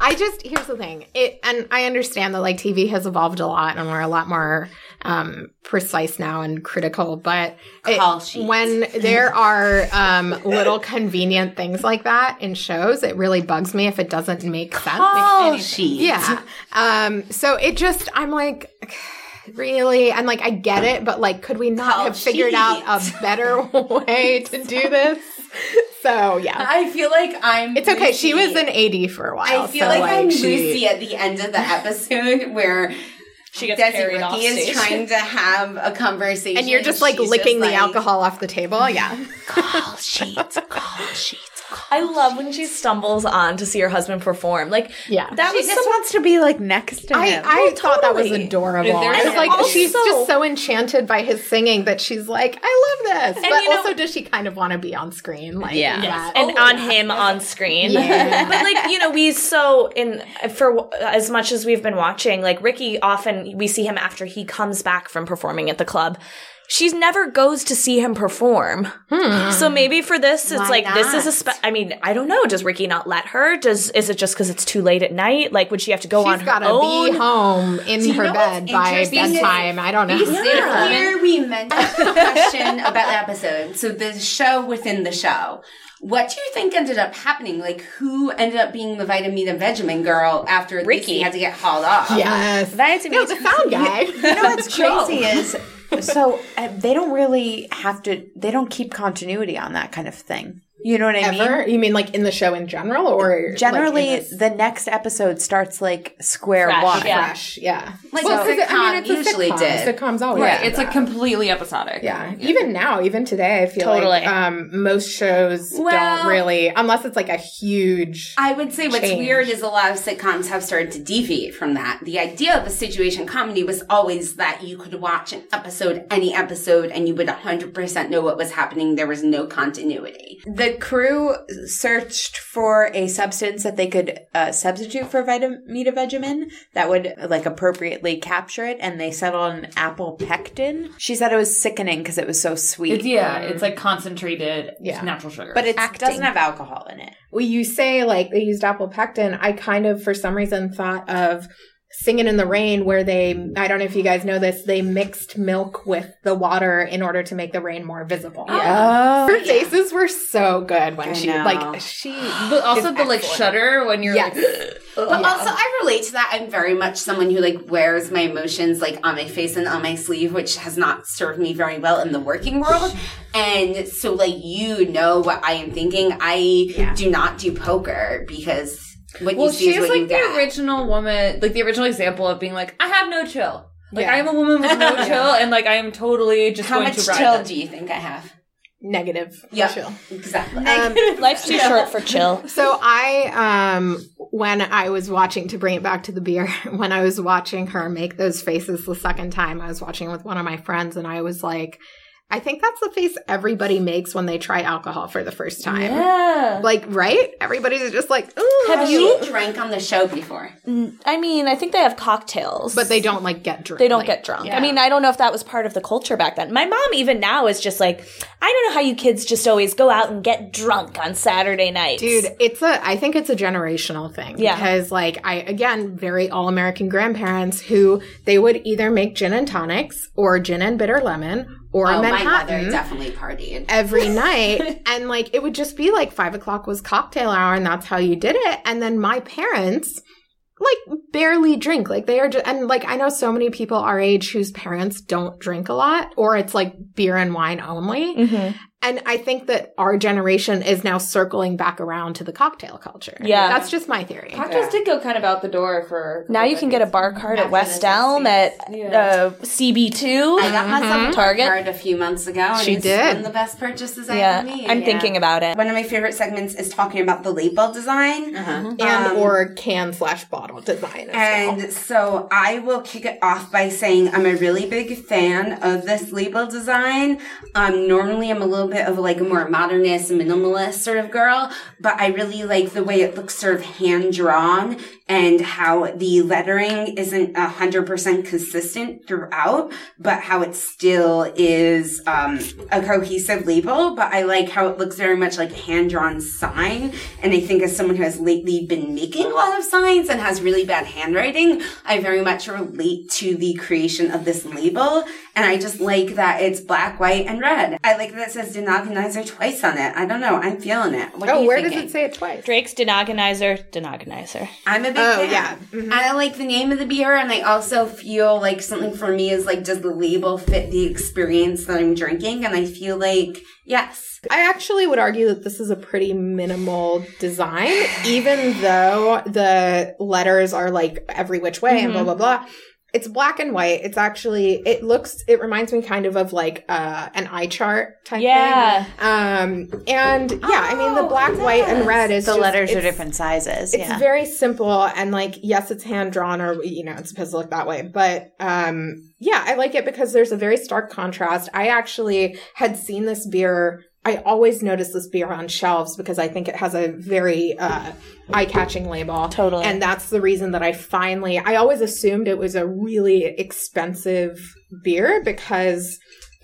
Speaker 2: I just here's the thing. It and I understand that like TV has evolved a lot and we're a lot more um precise now and critical, but it-
Speaker 5: Call sheets.
Speaker 2: when there are um little convenient things like that in shows, it really bugs me if it doesn't make sense.
Speaker 5: All sheet.
Speaker 2: Yeah. Um so it just I'm like really and like I get it, but like could we not
Speaker 5: Call
Speaker 2: have figured out
Speaker 5: sheets.
Speaker 2: a better way to do this? So yeah.
Speaker 5: I feel like I'm.
Speaker 2: It's okay. She was
Speaker 5: Lucy.
Speaker 2: an AD for a while.
Speaker 5: I feel
Speaker 2: so,
Speaker 5: like, I'm
Speaker 2: she-
Speaker 5: Lucy at the end of the episode where
Speaker 1: she gets
Speaker 5: Desi
Speaker 1: carried off
Speaker 5: Ricky is
Speaker 1: stage.
Speaker 5: trying to have a conversation,
Speaker 2: and you're just like
Speaker 5: she's
Speaker 2: licking
Speaker 5: just
Speaker 2: the
Speaker 5: like,
Speaker 2: alcohol off the table. Yeah.
Speaker 5: Call sheet. Call sheet.
Speaker 1: I love when she stumbles on to see her husband perform. Like,
Speaker 2: Yeah.
Speaker 1: that
Speaker 3: She
Speaker 1: was
Speaker 3: just
Speaker 1: so
Speaker 3: wants to be like next to
Speaker 2: I,
Speaker 3: him.
Speaker 2: I thought that was
Speaker 1: totally.
Speaker 2: adorable.
Speaker 4: If there's
Speaker 2: I was
Speaker 4: an
Speaker 2: like, she's
Speaker 1: also-
Speaker 2: just so enchanted by his singing that she's like, I love this. but
Speaker 1: you know-
Speaker 2: also, does she kind of want to be on screen? Like,
Speaker 3: Yeah.
Speaker 2: that-
Speaker 1: and on him on screen.
Speaker 2: Yeah.
Speaker 1: but like you know, we so in for as much as we've been watching, like Ricky often we see him after he comes back from performing at the club. She never goes to see him perform. So maybe for this, it's
Speaker 3: Why
Speaker 1: like this is a.
Speaker 3: not?
Speaker 1: Spe- I mean, I don't know. Does Ricky not let her? Does is it just because it's too late at night? Like, would she have to go on
Speaker 2: She's got
Speaker 1: her
Speaker 2: to
Speaker 1: own?
Speaker 2: be home in
Speaker 3: you
Speaker 2: her
Speaker 3: know what's
Speaker 2: bed by
Speaker 3: interesting is-
Speaker 2: bedtime. I don't know.
Speaker 5: Is it clear we mentioned the question about the episode? So the show within the show. What do you think ended up happening? Like who ended up being the vitamin and Benjamin girl after
Speaker 1: Ricky.
Speaker 5: Lucy had to get hauled off?
Speaker 2: Yes. No, the sound guy.
Speaker 3: You know what's crazy is so uh, they don't really have to. They don't keep continuity on that kind of thing. You know what I mean?
Speaker 2: Ever? You mean like in the show in general or like,
Speaker 3: Generally,
Speaker 2: in this-
Speaker 3: the next episode starts like square
Speaker 1: Fresh,
Speaker 3: one.
Speaker 6: yeah.
Speaker 2: fresh? Yeah.
Speaker 5: Like
Speaker 2: Well, 'cause
Speaker 5: a
Speaker 2: it-
Speaker 5: sitcom
Speaker 2: I mean, it's a
Speaker 5: usually
Speaker 2: sitcom.
Speaker 5: did.
Speaker 2: Sitcoms always.
Speaker 4: Right.
Speaker 2: do
Speaker 4: It's like
Speaker 2: that.
Speaker 4: completely episodic.
Speaker 2: Yeah. Even now, even today, I feel
Speaker 1: Totally.
Speaker 2: like um, most shows
Speaker 5: Well-
Speaker 2: don't really, unless it's like a huge.
Speaker 5: I would say what's
Speaker 2: Change.
Speaker 5: weird is a lot of sitcoms have started to deviate from that. The idea of a situation comedy was always that you could watch an episode, any episode, and you would 100% know what was happening. There was no continuity.
Speaker 3: The crew searched for a substance that they could uh, substitute for vitamin that would like appropriately capture it, and they settled on apple pectin. She said it was sickening because it was so sweet.
Speaker 10: It's yeah, it's like concentrated
Speaker 2: Yeah.
Speaker 10: natural sugar.
Speaker 3: But it doesn't have alcohol in it.
Speaker 2: Well, you say like they used apple pectin. I kind of, for some reason, thought of Singing in the Rain, where they, I don't know if you guys know this, they mixed milk with the water in order to make the rain more visible.
Speaker 3: Oh,
Speaker 2: Her faces were so good when
Speaker 3: I
Speaker 2: she,
Speaker 3: know.
Speaker 2: like, she.
Speaker 10: but also the like shudder when you're
Speaker 2: Yes.
Speaker 10: like
Speaker 5: But also, I relate to that. I'm very much someone who like wears my emotions like on my face and on my sleeve, which has not served me very well in the working world. And so, like you know what I am thinking. I do not do poker because what
Speaker 10: Well,
Speaker 5: you see
Speaker 10: she's
Speaker 5: is what you
Speaker 10: like
Speaker 5: get.
Speaker 10: the original woman, like the original example of being like, I have no chill. Like I am a woman with no chill, and like I am totally just
Speaker 5: How
Speaker 10: going
Speaker 5: much
Speaker 10: to ride.
Speaker 5: chill
Speaker 10: this.
Speaker 5: do you think I have?
Speaker 2: Negative.
Speaker 5: Yeah.
Speaker 2: Chill.
Speaker 5: Exactly.
Speaker 2: Um,
Speaker 1: Life's too short for chill.
Speaker 2: So I, um, when I was watching to bring it back to the beer, when I was watching her make those faces the second time, I was watching with one of my friends, and I was like, I think that's the face everybody makes when they try alcohol for the first time.
Speaker 10: Yeah.
Speaker 2: Like, right? Everybody's just like, ooh.
Speaker 1: Have
Speaker 5: you
Speaker 1: you?
Speaker 5: drank on the show before?
Speaker 1: I mean, I think they have cocktails,
Speaker 2: But they don't like get drunk.
Speaker 1: They don't
Speaker 2: like-
Speaker 1: get drunk. I mean, I don't know if that was part of the culture back then. My mom, even now, is just like, I don't know how you kids just always go out and get drunk on Saturday nights.
Speaker 2: Dude, it's a. I think it's a generational thing.
Speaker 1: Yeah.
Speaker 2: Because, like, I again, very all American grandparents who they would either make gin and tonics or gin and bitter lemon or
Speaker 5: Oh,
Speaker 2: Manhattan.
Speaker 5: my mother definitely partied.
Speaker 2: every night. and like it would just be like five o'clock was cocktail hour and that's how you did it. And then my parents like barely drink. Like they are just, and like I know so many people our age whose parents don't drink a lot or it's like beer and wine only.
Speaker 1: Mm-hmm.
Speaker 2: And I think that our generation is now circling back around to the cocktail culture.
Speaker 1: Yeah.
Speaker 2: That's just my theory.
Speaker 4: Cocktails did go kind of out the door for.
Speaker 1: Now you can get a bar card at West Elm at uh, CB2.
Speaker 5: I got myself a
Speaker 1: Mm-hmm. Target.
Speaker 5: card a few months ago. And
Speaker 2: She
Speaker 5: it's
Speaker 2: did.
Speaker 5: One of the best purchases I
Speaker 1: yeah,
Speaker 5: ever made.
Speaker 1: I'm thinking about it.
Speaker 5: One of my favorite segments is talking about the label design.
Speaker 2: And or can slash bottle design as well.
Speaker 5: And so I will kick it off by saying I'm a really big fan of this label design. Um, normally I'm a little bit of like a more modernist, minimalist sort of girl, but I really like the way it looks sort of hand drawn and how the lettering isn't a hundred percent consistent throughout, but how it still is, um, a cohesive label. But I like how it looks very much like a hand drawn sign. And I think as someone who has lately been making a lot of signs and has really bad handwriting, I very much relate to the creation of this label. And I just like that it's black, white, and red. I like that it says Denogonizer twice on it. I don't know. I'm feeling it. What are
Speaker 2: Oh,
Speaker 5: you
Speaker 2: where
Speaker 5: thinking?
Speaker 2: does it say it twice?
Speaker 1: Drake's Denogonizer, Denogonizer.
Speaker 5: I'm a big
Speaker 2: Oh,
Speaker 5: fan.
Speaker 2: yeah.
Speaker 5: And I like the name of the beer, and I also feel like something for me is like, does the label fit the experience that I'm drinking? And I feel like, yes.
Speaker 2: I actually would argue that this is a pretty minimal design, even though the letters are like every which way and blah, blah, blah. it's black and white. It's actually it looks it reminds me kind of of like uh an eye chart type
Speaker 1: Yeah.
Speaker 2: thing. Um and yeah, I mean the black, white and red is
Speaker 3: the
Speaker 2: just-
Speaker 3: letters are
Speaker 2: it's-
Speaker 3: different sizes.
Speaker 2: It's
Speaker 3: yeah.
Speaker 2: very simple and like yes, it's hand drawn or you know, it's supposed to look that way. But um yeah, I like it because there's a very stark contrast. I actually had seen this beer I always notice this beer on shelves because I think it has a very uh, eye-catching label.
Speaker 1: Totally.
Speaker 2: And that's the reason that I finally I always assumed it was a really expensive beer because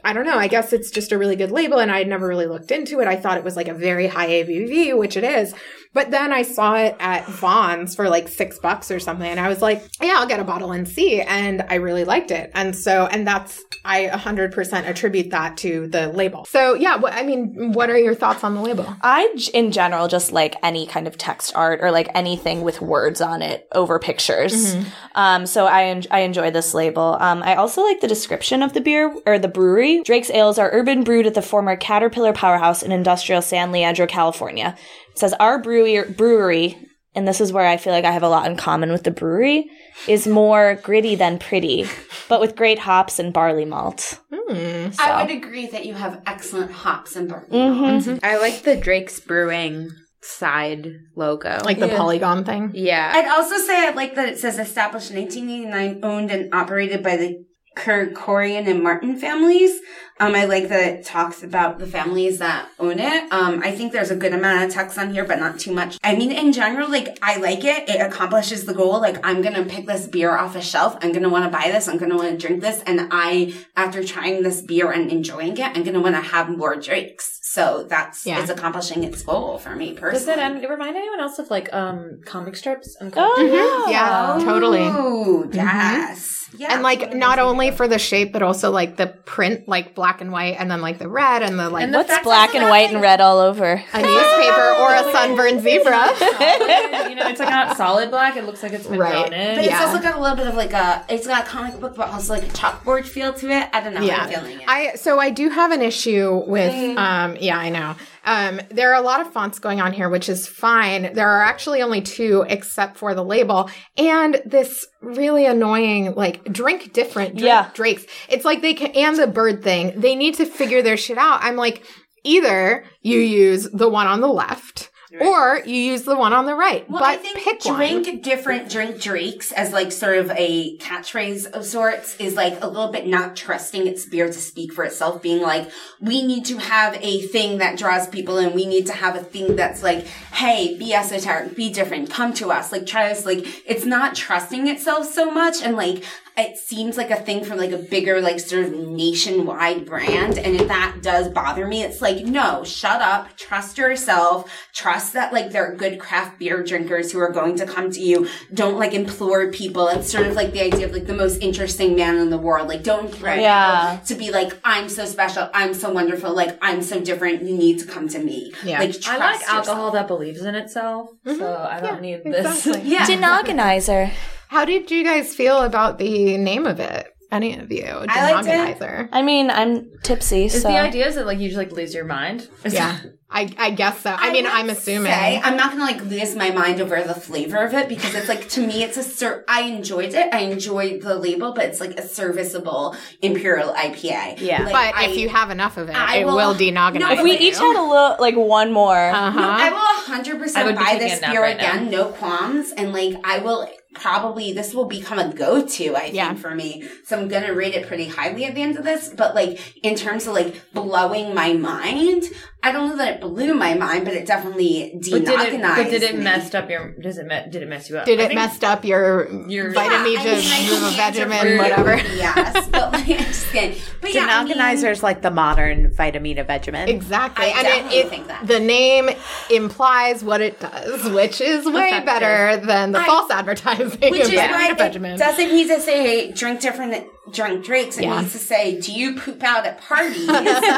Speaker 2: I don't know, I guess it's just a really good label and I had never really looked into it. I thought it was like a very high ABV, which it is. But then I saw it at Vaughn's for like six bucks or something. And I was like, yeah, I'll get a bottle and see. And I really liked it. And so, and that's, I 100% attribute that to the label. So, yeah, wh- I mean, what are your thoughts on the label?
Speaker 1: I, j- in general, just like any kind of text art or like anything with words on it over pictures. Um, so I, en- I enjoy this label. Um, I also like the description of the beer or the brewery. Drake's Ales are urban brewed at the former Caterpillar Powerhouse in industrial San Leandro, California. It says our brewery, brewery, and this is where I feel like I have a lot in common with the brewery, is more gritty than pretty, but with great hops and barley malt.
Speaker 5: I would agree that you have excellent hops and barley.
Speaker 2: Mm-hmm.
Speaker 3: I like the Drake's Brewing side logo.
Speaker 2: Like the polygon thing?
Speaker 3: yeah.
Speaker 5: I'd also say I like that it says established in 1989, owned and operated by the Kerr, Corian, and Martin families. Um, I like that it talks about the families that own it. Um, I think there's a good amount of text on here, but not too much. I mean, in general, like, I like it. It accomplishes the goal. Like, I'm going to pick this beer off a shelf. I'm going to want to buy this. I'm going to want to drink this. And I, after trying this beer and enjoying it, I'm going to want to have more drinks. So that's,
Speaker 2: Yeah.
Speaker 5: it's accomplishing its goal for me personally.
Speaker 10: Does it, um, it remind anyone else of like um comic strips and
Speaker 1: Oh,
Speaker 10: cartoons?
Speaker 2: Mm-hmm. Yeah, totally. Mm-hmm.
Speaker 5: Ooh, yes. Yeah.
Speaker 2: And like not only for the shape, but also like the print, like black and white, and then like the red and the like
Speaker 10: And the
Speaker 1: What's
Speaker 10: fact
Speaker 1: black and white and red all over?
Speaker 2: a newspaper or a sunburned zebra.
Speaker 10: you know, it's like not solid black. It looks like it's been
Speaker 2: Right.
Speaker 10: drawn in.
Speaker 5: But
Speaker 2: Yeah.
Speaker 5: it's also got a little bit of like a, it's got a comic book, but also like a chalkboard feel to it. I don't know. how I'm feeling it.
Speaker 2: I so I do have an issue with
Speaker 5: Mm.
Speaker 2: um yeah, I know. Um there are a lot of fonts going on here, which is fine. There are actually only two except for the label and this really annoying like drink different drink
Speaker 1: Yeah.
Speaker 2: drakes. It's like they can and the bird thing. They need to figure their shit out. I'm like either you use the one on the left or you use the one on the right.
Speaker 5: well,
Speaker 2: but
Speaker 5: I think
Speaker 2: pick
Speaker 5: drink
Speaker 2: one.
Speaker 5: different drink drakes as like sort of a catchphrase of sorts is like a little bit not trusting its beer to speak for itself, being like, we need to have a thing that draws people in. We need to have a thing that's like, hey, be esoteric, be different, come to us, like try us. Like it's not trusting itself so much and like it seems like a thing from like a bigger like sort of nationwide brand and if that does bother me it's like no shut up trust yourself trust that like there are good craft beer drinkers who are going to come to you don't like implore people it's sort of like the idea of like the most interesting man in the world like don't implore people
Speaker 1: Yeah.
Speaker 5: to be like i'm so special i'm so wonderful like i'm so different you need to come to me
Speaker 2: Yeah.
Speaker 5: like trust
Speaker 10: I like alcohol
Speaker 5: yourself.
Speaker 10: that believes in itself,
Speaker 1: Mm-hmm.
Speaker 10: so I don't need this.
Speaker 2: Exactly.
Speaker 5: yeah
Speaker 1: Denogonizer.
Speaker 2: How did you guys feel about the name of it? Any of you?
Speaker 5: I liked it.
Speaker 2: Denoganizer.
Speaker 1: I mean, I'm tipsy,
Speaker 10: Is
Speaker 1: so.
Speaker 10: the idea is it like you just like lose your mind?
Speaker 2: Yeah, I, I guess so. I, mean,
Speaker 5: would
Speaker 2: I'm assuming.
Speaker 5: say- I'm not gonna like lose my mind over the flavor of it because it's like to me, it's a ser- I enjoyed it. I enjoyed the label, but it's like a serviceable imperial IPA.
Speaker 10: Yeah.
Speaker 5: Like,
Speaker 2: but
Speaker 5: I-
Speaker 2: if you have enough of it,
Speaker 5: I
Speaker 2: it
Speaker 5: will-
Speaker 2: will denogonize.
Speaker 5: No,
Speaker 1: If we each had a little, like one more.
Speaker 2: uh-huh.
Speaker 5: I will 100%
Speaker 10: I would be
Speaker 5: buy
Speaker 10: taking
Speaker 5: this
Speaker 10: a nap
Speaker 5: beer
Speaker 10: right now.
Speaker 5: again, no qualms. And like, I will probably, this will become a go to, I think,
Speaker 2: Yeah.
Speaker 5: for me. So I'm going to rate it pretty highly at the end of this. But like, in terms of like blowing my mind, I don't know that it blew my mind, but it definitely
Speaker 10: But did it?
Speaker 5: denogonized.
Speaker 10: But did it
Speaker 5: me.
Speaker 10: messed up your? Does it? Me- did it mess you up?
Speaker 2: Did
Speaker 10: I
Speaker 2: it
Speaker 10: think-
Speaker 2: messed up your
Speaker 10: Your-
Speaker 2: your
Speaker 10: Yeah,
Speaker 5: Yeah,
Speaker 2: vitamin,
Speaker 5: I mean, I think the answer
Speaker 2: vitamin,
Speaker 5: for-
Speaker 2: whatever?
Speaker 5: Yes, but like, I'm just kidding. But yeah, I mean,
Speaker 3: Denogonizer is like the modern Vitamina Vegemin.
Speaker 2: Exactly.
Speaker 5: I
Speaker 2: and it,
Speaker 5: definitely
Speaker 2: it,
Speaker 5: think that.
Speaker 2: the name implies what it does, which is way better than the false advertising
Speaker 5: which
Speaker 2: of
Speaker 5: is why
Speaker 2: vitamin
Speaker 5: it
Speaker 2: Benjamin.
Speaker 5: doesn't need to say drink different drunk drinks and needs to say, "Do you poop out at parties?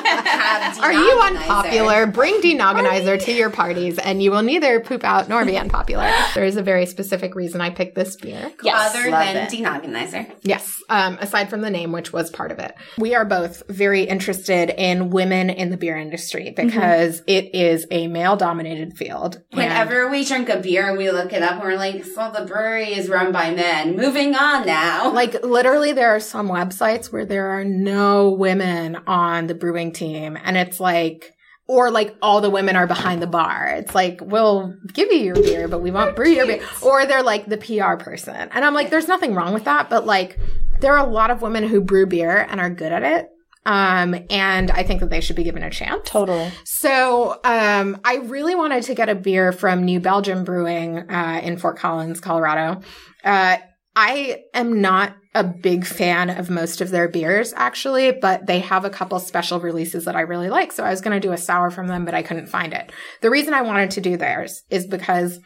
Speaker 5: Have
Speaker 2: Are you
Speaker 5: dealonizer."
Speaker 2: unpopular? Bring denogonizer to your parties, and you will neither poop out nor be unpopular. there is a very specific reason I picked this beer.
Speaker 5: Other
Speaker 3: Love
Speaker 5: than
Speaker 3: it.
Speaker 5: denogonizer.
Speaker 2: Yes, um, aside from the name, which was part of it. We are both very interested in women in the beer industry because it is a male dominated field. And-
Speaker 5: Whenever we drink a beer and we look it up, and we're like, so the brewery is run by men. Moving on now.
Speaker 2: like literally there are some websites where there are no women on the brewing team and it's like or like all the women are behind the bar. It's like, we'll give you your beer, but we won't brew your beer. Or they're like the PR person. And I'm like, there's nothing wrong with that, but like there are a lot of women who brew beer and are good at it. Um, and I think that they should be given a chance.
Speaker 1: Totally.
Speaker 2: So um, I really wanted to get a beer from New Belgium Brewing uh, in Fort Collins, Colorado. Uh, I am not a big fan of most of their beers, actually, but they have a couple special releases that I really like. So I was going to do a sour from them, but I couldn't find it. The reason I wanted to do theirs is because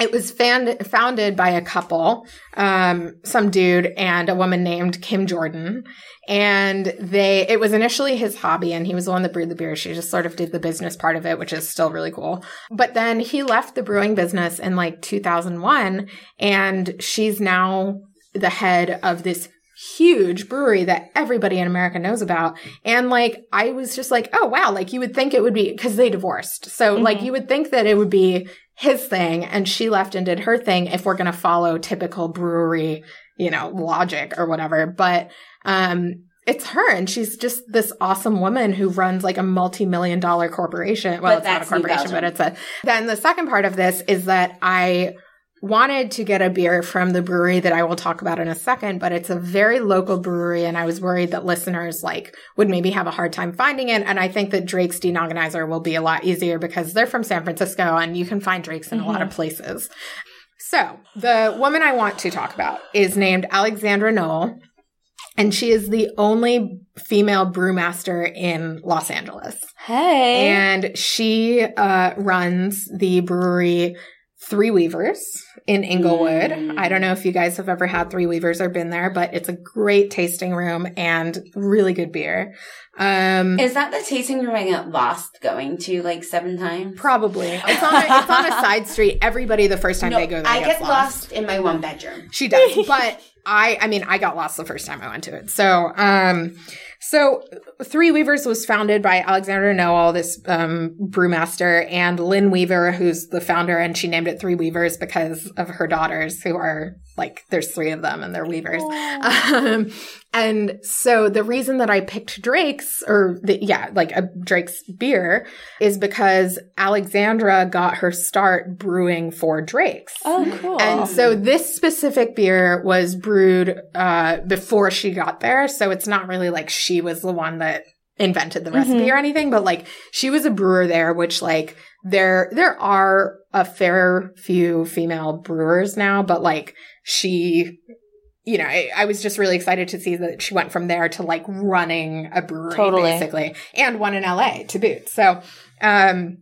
Speaker 2: it was fan- founded by a couple, um, some dude and a woman named Kim Jordan and they it was initially his hobby and he was the one that brewed the beer she just sort of did the business part of it which is still really cool but then he left the brewing business in like 2001 and she's now the head of this huge brewery that everybody in America knows about and like I was just like oh wow like you would think it would be cuz they divorced so like you would think that it would be his thing and she left and did her thing if we're going to follow typical brewery you know logic or whatever but um it's her and she's just this awesome woman who runs like a multi-million dollar corporation well
Speaker 5: But
Speaker 2: it's not a
Speaker 5: that's New
Speaker 2: corporation
Speaker 5: Belgium.
Speaker 2: but it's a then the second part of this is that i wanted to get a beer from the brewery that i will talk about in a second but it's a very local brewery and i was worried that listeners like would maybe have a hard time finding it and i think that drake's denogonizer will be a lot easier because they're from san francisco and you can find drake's in a lot of places so the woman i want to talk about is named alexandra noel and she is the only female brewmaster in Los Angeles. Hey. And she uh, runs the brewery Three Weavers in Inglewood. I don't know if you guys have ever had Three Weavers or been there, but it's a great tasting room and really good beer. Um,
Speaker 5: Is that the tasting room I got lost going to like seven times?
Speaker 2: probably. It's on, a, it's on a side street. Everybody, the first time they go there,
Speaker 5: I
Speaker 2: gets
Speaker 5: get lost in my one bedroom.
Speaker 2: She does. but I I mean I got lost the first time I went to it. So um so Three Weavers was founded by Alexander Noel, this um brewmaster, and Lynn Weaver, who's the founder, and she named it Three Weavers because of her daughters who are like there's three of them and they're weavers. Um and so the reason that I picked Drake's or the, yeah, like a Drake's beer is because Alexandra got her start brewing for Drake's.
Speaker 1: Oh, cool.
Speaker 2: And so this specific beer was brewed uh, before she got there. So it's not really like she was the one that invented the recipe
Speaker 1: Mm-hmm.
Speaker 2: or anything, but like she was a brewer there, which like there there are a fair few female brewers now, but like she you know, I, I was just really excited to see that she went from there to like running a brewery
Speaker 1: Totally.
Speaker 2: basically. And one in LA to boot. So um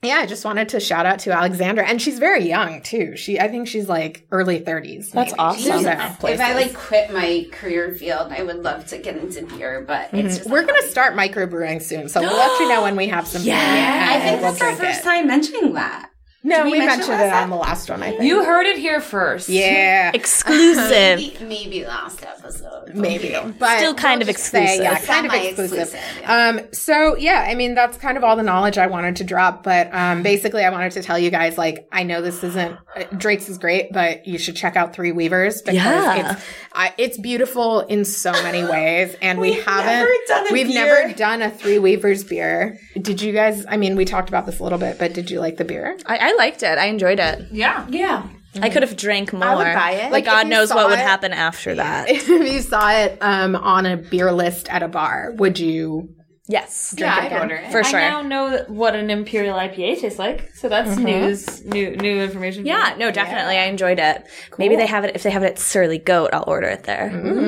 Speaker 2: yeah, I just wanted to shout out to Alexandra, and she's very young too. She, I think she's like early thirties.
Speaker 1: That's awesome.
Speaker 5: If I like quit my career field, I would love to get into beer, but it's just
Speaker 2: Mm-hmm. We're gonna start microbrewing soon, so we'll let you know when we have some. beer, and
Speaker 5: I think
Speaker 2: we'll
Speaker 5: that's our
Speaker 2: drink
Speaker 5: first
Speaker 2: it.
Speaker 5: time mentioning that.
Speaker 2: No,
Speaker 5: Did
Speaker 2: we,
Speaker 5: we mention
Speaker 2: mentioned it
Speaker 5: last
Speaker 2: on the last one. I think.
Speaker 4: You heard it here first.
Speaker 2: yeah,
Speaker 1: Exclusive.
Speaker 5: Maybe, maybe last episode.
Speaker 2: maybe, but
Speaker 1: Still kind
Speaker 2: we'll
Speaker 1: of
Speaker 2: just say, yeah,
Speaker 1: exclusive.
Speaker 2: kind of
Speaker 5: Semi-exclusive,
Speaker 2: exclusive.
Speaker 5: yeah.
Speaker 2: Um, so yeah, I mean that's kind of all the knowledge I wanted to drop, but um, basically I wanted to tell you guys like I know this isn't uh, Drake's is great, but you should check out Three Weavers because
Speaker 1: Yeah.
Speaker 2: it's I, it's beautiful in so many ways, and we haven't
Speaker 6: never done a
Speaker 2: we've
Speaker 6: beer.
Speaker 2: never done a Three Weavers beer. Did you guys? I mean, we talked about this a little bit, but did you like the beer?
Speaker 1: I, I liked it. I enjoyed it.
Speaker 4: Yeah.
Speaker 9: Yeah.
Speaker 1: I could have drank more.
Speaker 3: I would buy it.
Speaker 1: Like,
Speaker 2: Like, if
Speaker 1: God
Speaker 2: you
Speaker 1: knows
Speaker 2: saw
Speaker 1: what would
Speaker 2: it-
Speaker 1: happen after that.
Speaker 2: if you saw it um, on a beer list at a bar, would you?
Speaker 1: Yes.
Speaker 4: Yeah, I'd
Speaker 2: again.
Speaker 4: order it.
Speaker 1: For sure.
Speaker 10: I now know that- what an imperial IPA tastes like, so that's news, new new information. for
Speaker 1: Yeah,
Speaker 10: me.
Speaker 1: no, definitely. I enjoyed it. Maybe they have it. If they have it at Surly Goat, I'll order it there. I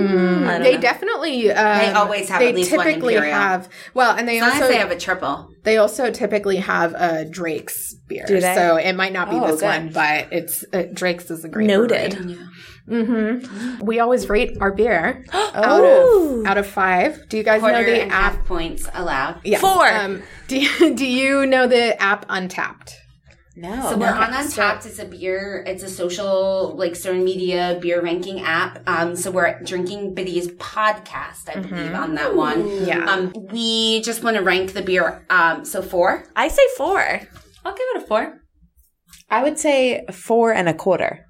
Speaker 1: don't
Speaker 2: They
Speaker 1: know.
Speaker 2: definitely. Um,
Speaker 5: They always have
Speaker 2: They
Speaker 5: at least one
Speaker 2: typically
Speaker 5: Imperial.
Speaker 2: have. Well, and they
Speaker 5: As long
Speaker 2: also
Speaker 5: as
Speaker 2: they,
Speaker 5: they have a triple.
Speaker 2: also typically have a Drake's beer.
Speaker 1: Do they?
Speaker 2: So it might not be
Speaker 5: Oh,
Speaker 2: this
Speaker 5: good.
Speaker 2: one, but it's uh, Drake's is a great.
Speaker 1: Noted.
Speaker 2: brewery.
Speaker 10: Mm-hmm.
Speaker 2: We always rate our beer out
Speaker 1: Oh.
Speaker 2: of out of five. Do you guys
Speaker 5: Quarter
Speaker 2: know the
Speaker 5: and
Speaker 2: app?
Speaker 5: half points allowed.
Speaker 2: Yes.
Speaker 1: Four.
Speaker 2: Um, do you, do you know the app Untapped?
Speaker 3: No.
Speaker 5: So we're on Untapped. It's a beer. It's a social, like social media beer ranking app. Um, so we're drinking Biddy's podcast, I believe, on that one.
Speaker 2: Mm-hmm. Yeah.
Speaker 5: Um, we just want to rank the beer. Um, so four.
Speaker 1: I say four.
Speaker 5: I'll give it a four.
Speaker 3: I would say four and a quarter.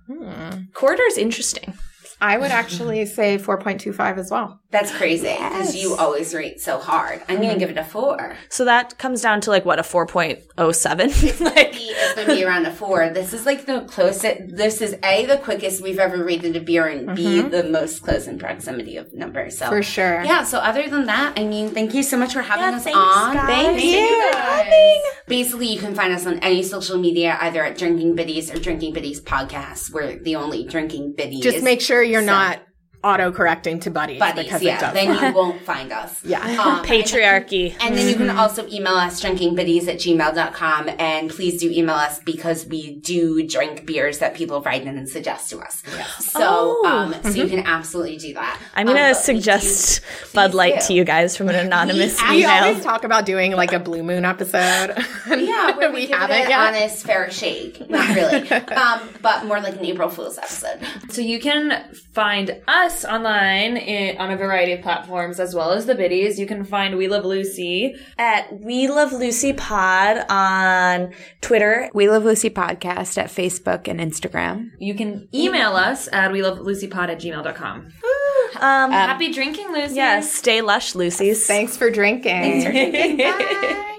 Speaker 1: Quarter's interesting.
Speaker 2: I would actually say four point two five as well.
Speaker 5: That's crazy because you always rate so hard. I'm
Speaker 2: Mm-hmm.
Speaker 5: gonna give it a four.
Speaker 1: So that comes down to like what a four point oh seven. Like
Speaker 5: It's gonna be around a four. This is like the closest. This is a the quickest we've ever rated a beer, and b the most close in proximity of number. So
Speaker 2: Mm-hmm. For sure.
Speaker 5: Yeah, so other than that, I mean, thank you so much for having us
Speaker 1: thanks,
Speaker 5: on.
Speaker 1: guys.
Speaker 5: Thank
Speaker 1: Thank
Speaker 5: you. Basically, you can find us on any social media, either at Drinking Biddies or Drinking Biddies Podcast. We're the only Drinking Biddies.
Speaker 2: Just make sure you're
Speaker 5: so-
Speaker 2: not auto correcting to buddies,
Speaker 5: buddies.
Speaker 2: because it
Speaker 5: Yeah,
Speaker 2: does.
Speaker 5: then you won't find us.
Speaker 2: Yeah.
Speaker 5: Um,
Speaker 1: patriarchy.
Speaker 5: and then you can
Speaker 1: Mm-hmm.
Speaker 5: also email us drinkingbiddies at gmail.com. And please do email us because we do drink beers that people write in and suggest to us. So,
Speaker 1: Oh.
Speaker 5: um, so you can absolutely do that.
Speaker 1: I'm gonna
Speaker 5: Um, but we do-
Speaker 1: suggest Bud
Speaker 5: Please
Speaker 1: Light
Speaker 5: do.
Speaker 1: to you guys from an anonymous
Speaker 5: We
Speaker 2: we
Speaker 1: email.
Speaker 2: always talk about doing like a blue moon episode.
Speaker 5: Yeah, where
Speaker 2: We
Speaker 5: we, give it
Speaker 2: haven't
Speaker 5: an
Speaker 2: yet.
Speaker 5: honest fair shake. Not really, um, but more like an April Fool's episode.
Speaker 10: So you can find us online in, on a variety of platforms as well as the biddies. You can find We Love Lucy.
Speaker 1: At We Love Lucy Pod on Twitter.
Speaker 3: We Love Lucy podcast at Facebook and Instagram.
Speaker 10: You can email us at we love lucypod at gmail.com.
Speaker 1: Um,
Speaker 10: Happy drinking, Lucy.
Speaker 1: yeah, stay lush, Lucy's.
Speaker 2: Thanks for drinking.
Speaker 5: Bye.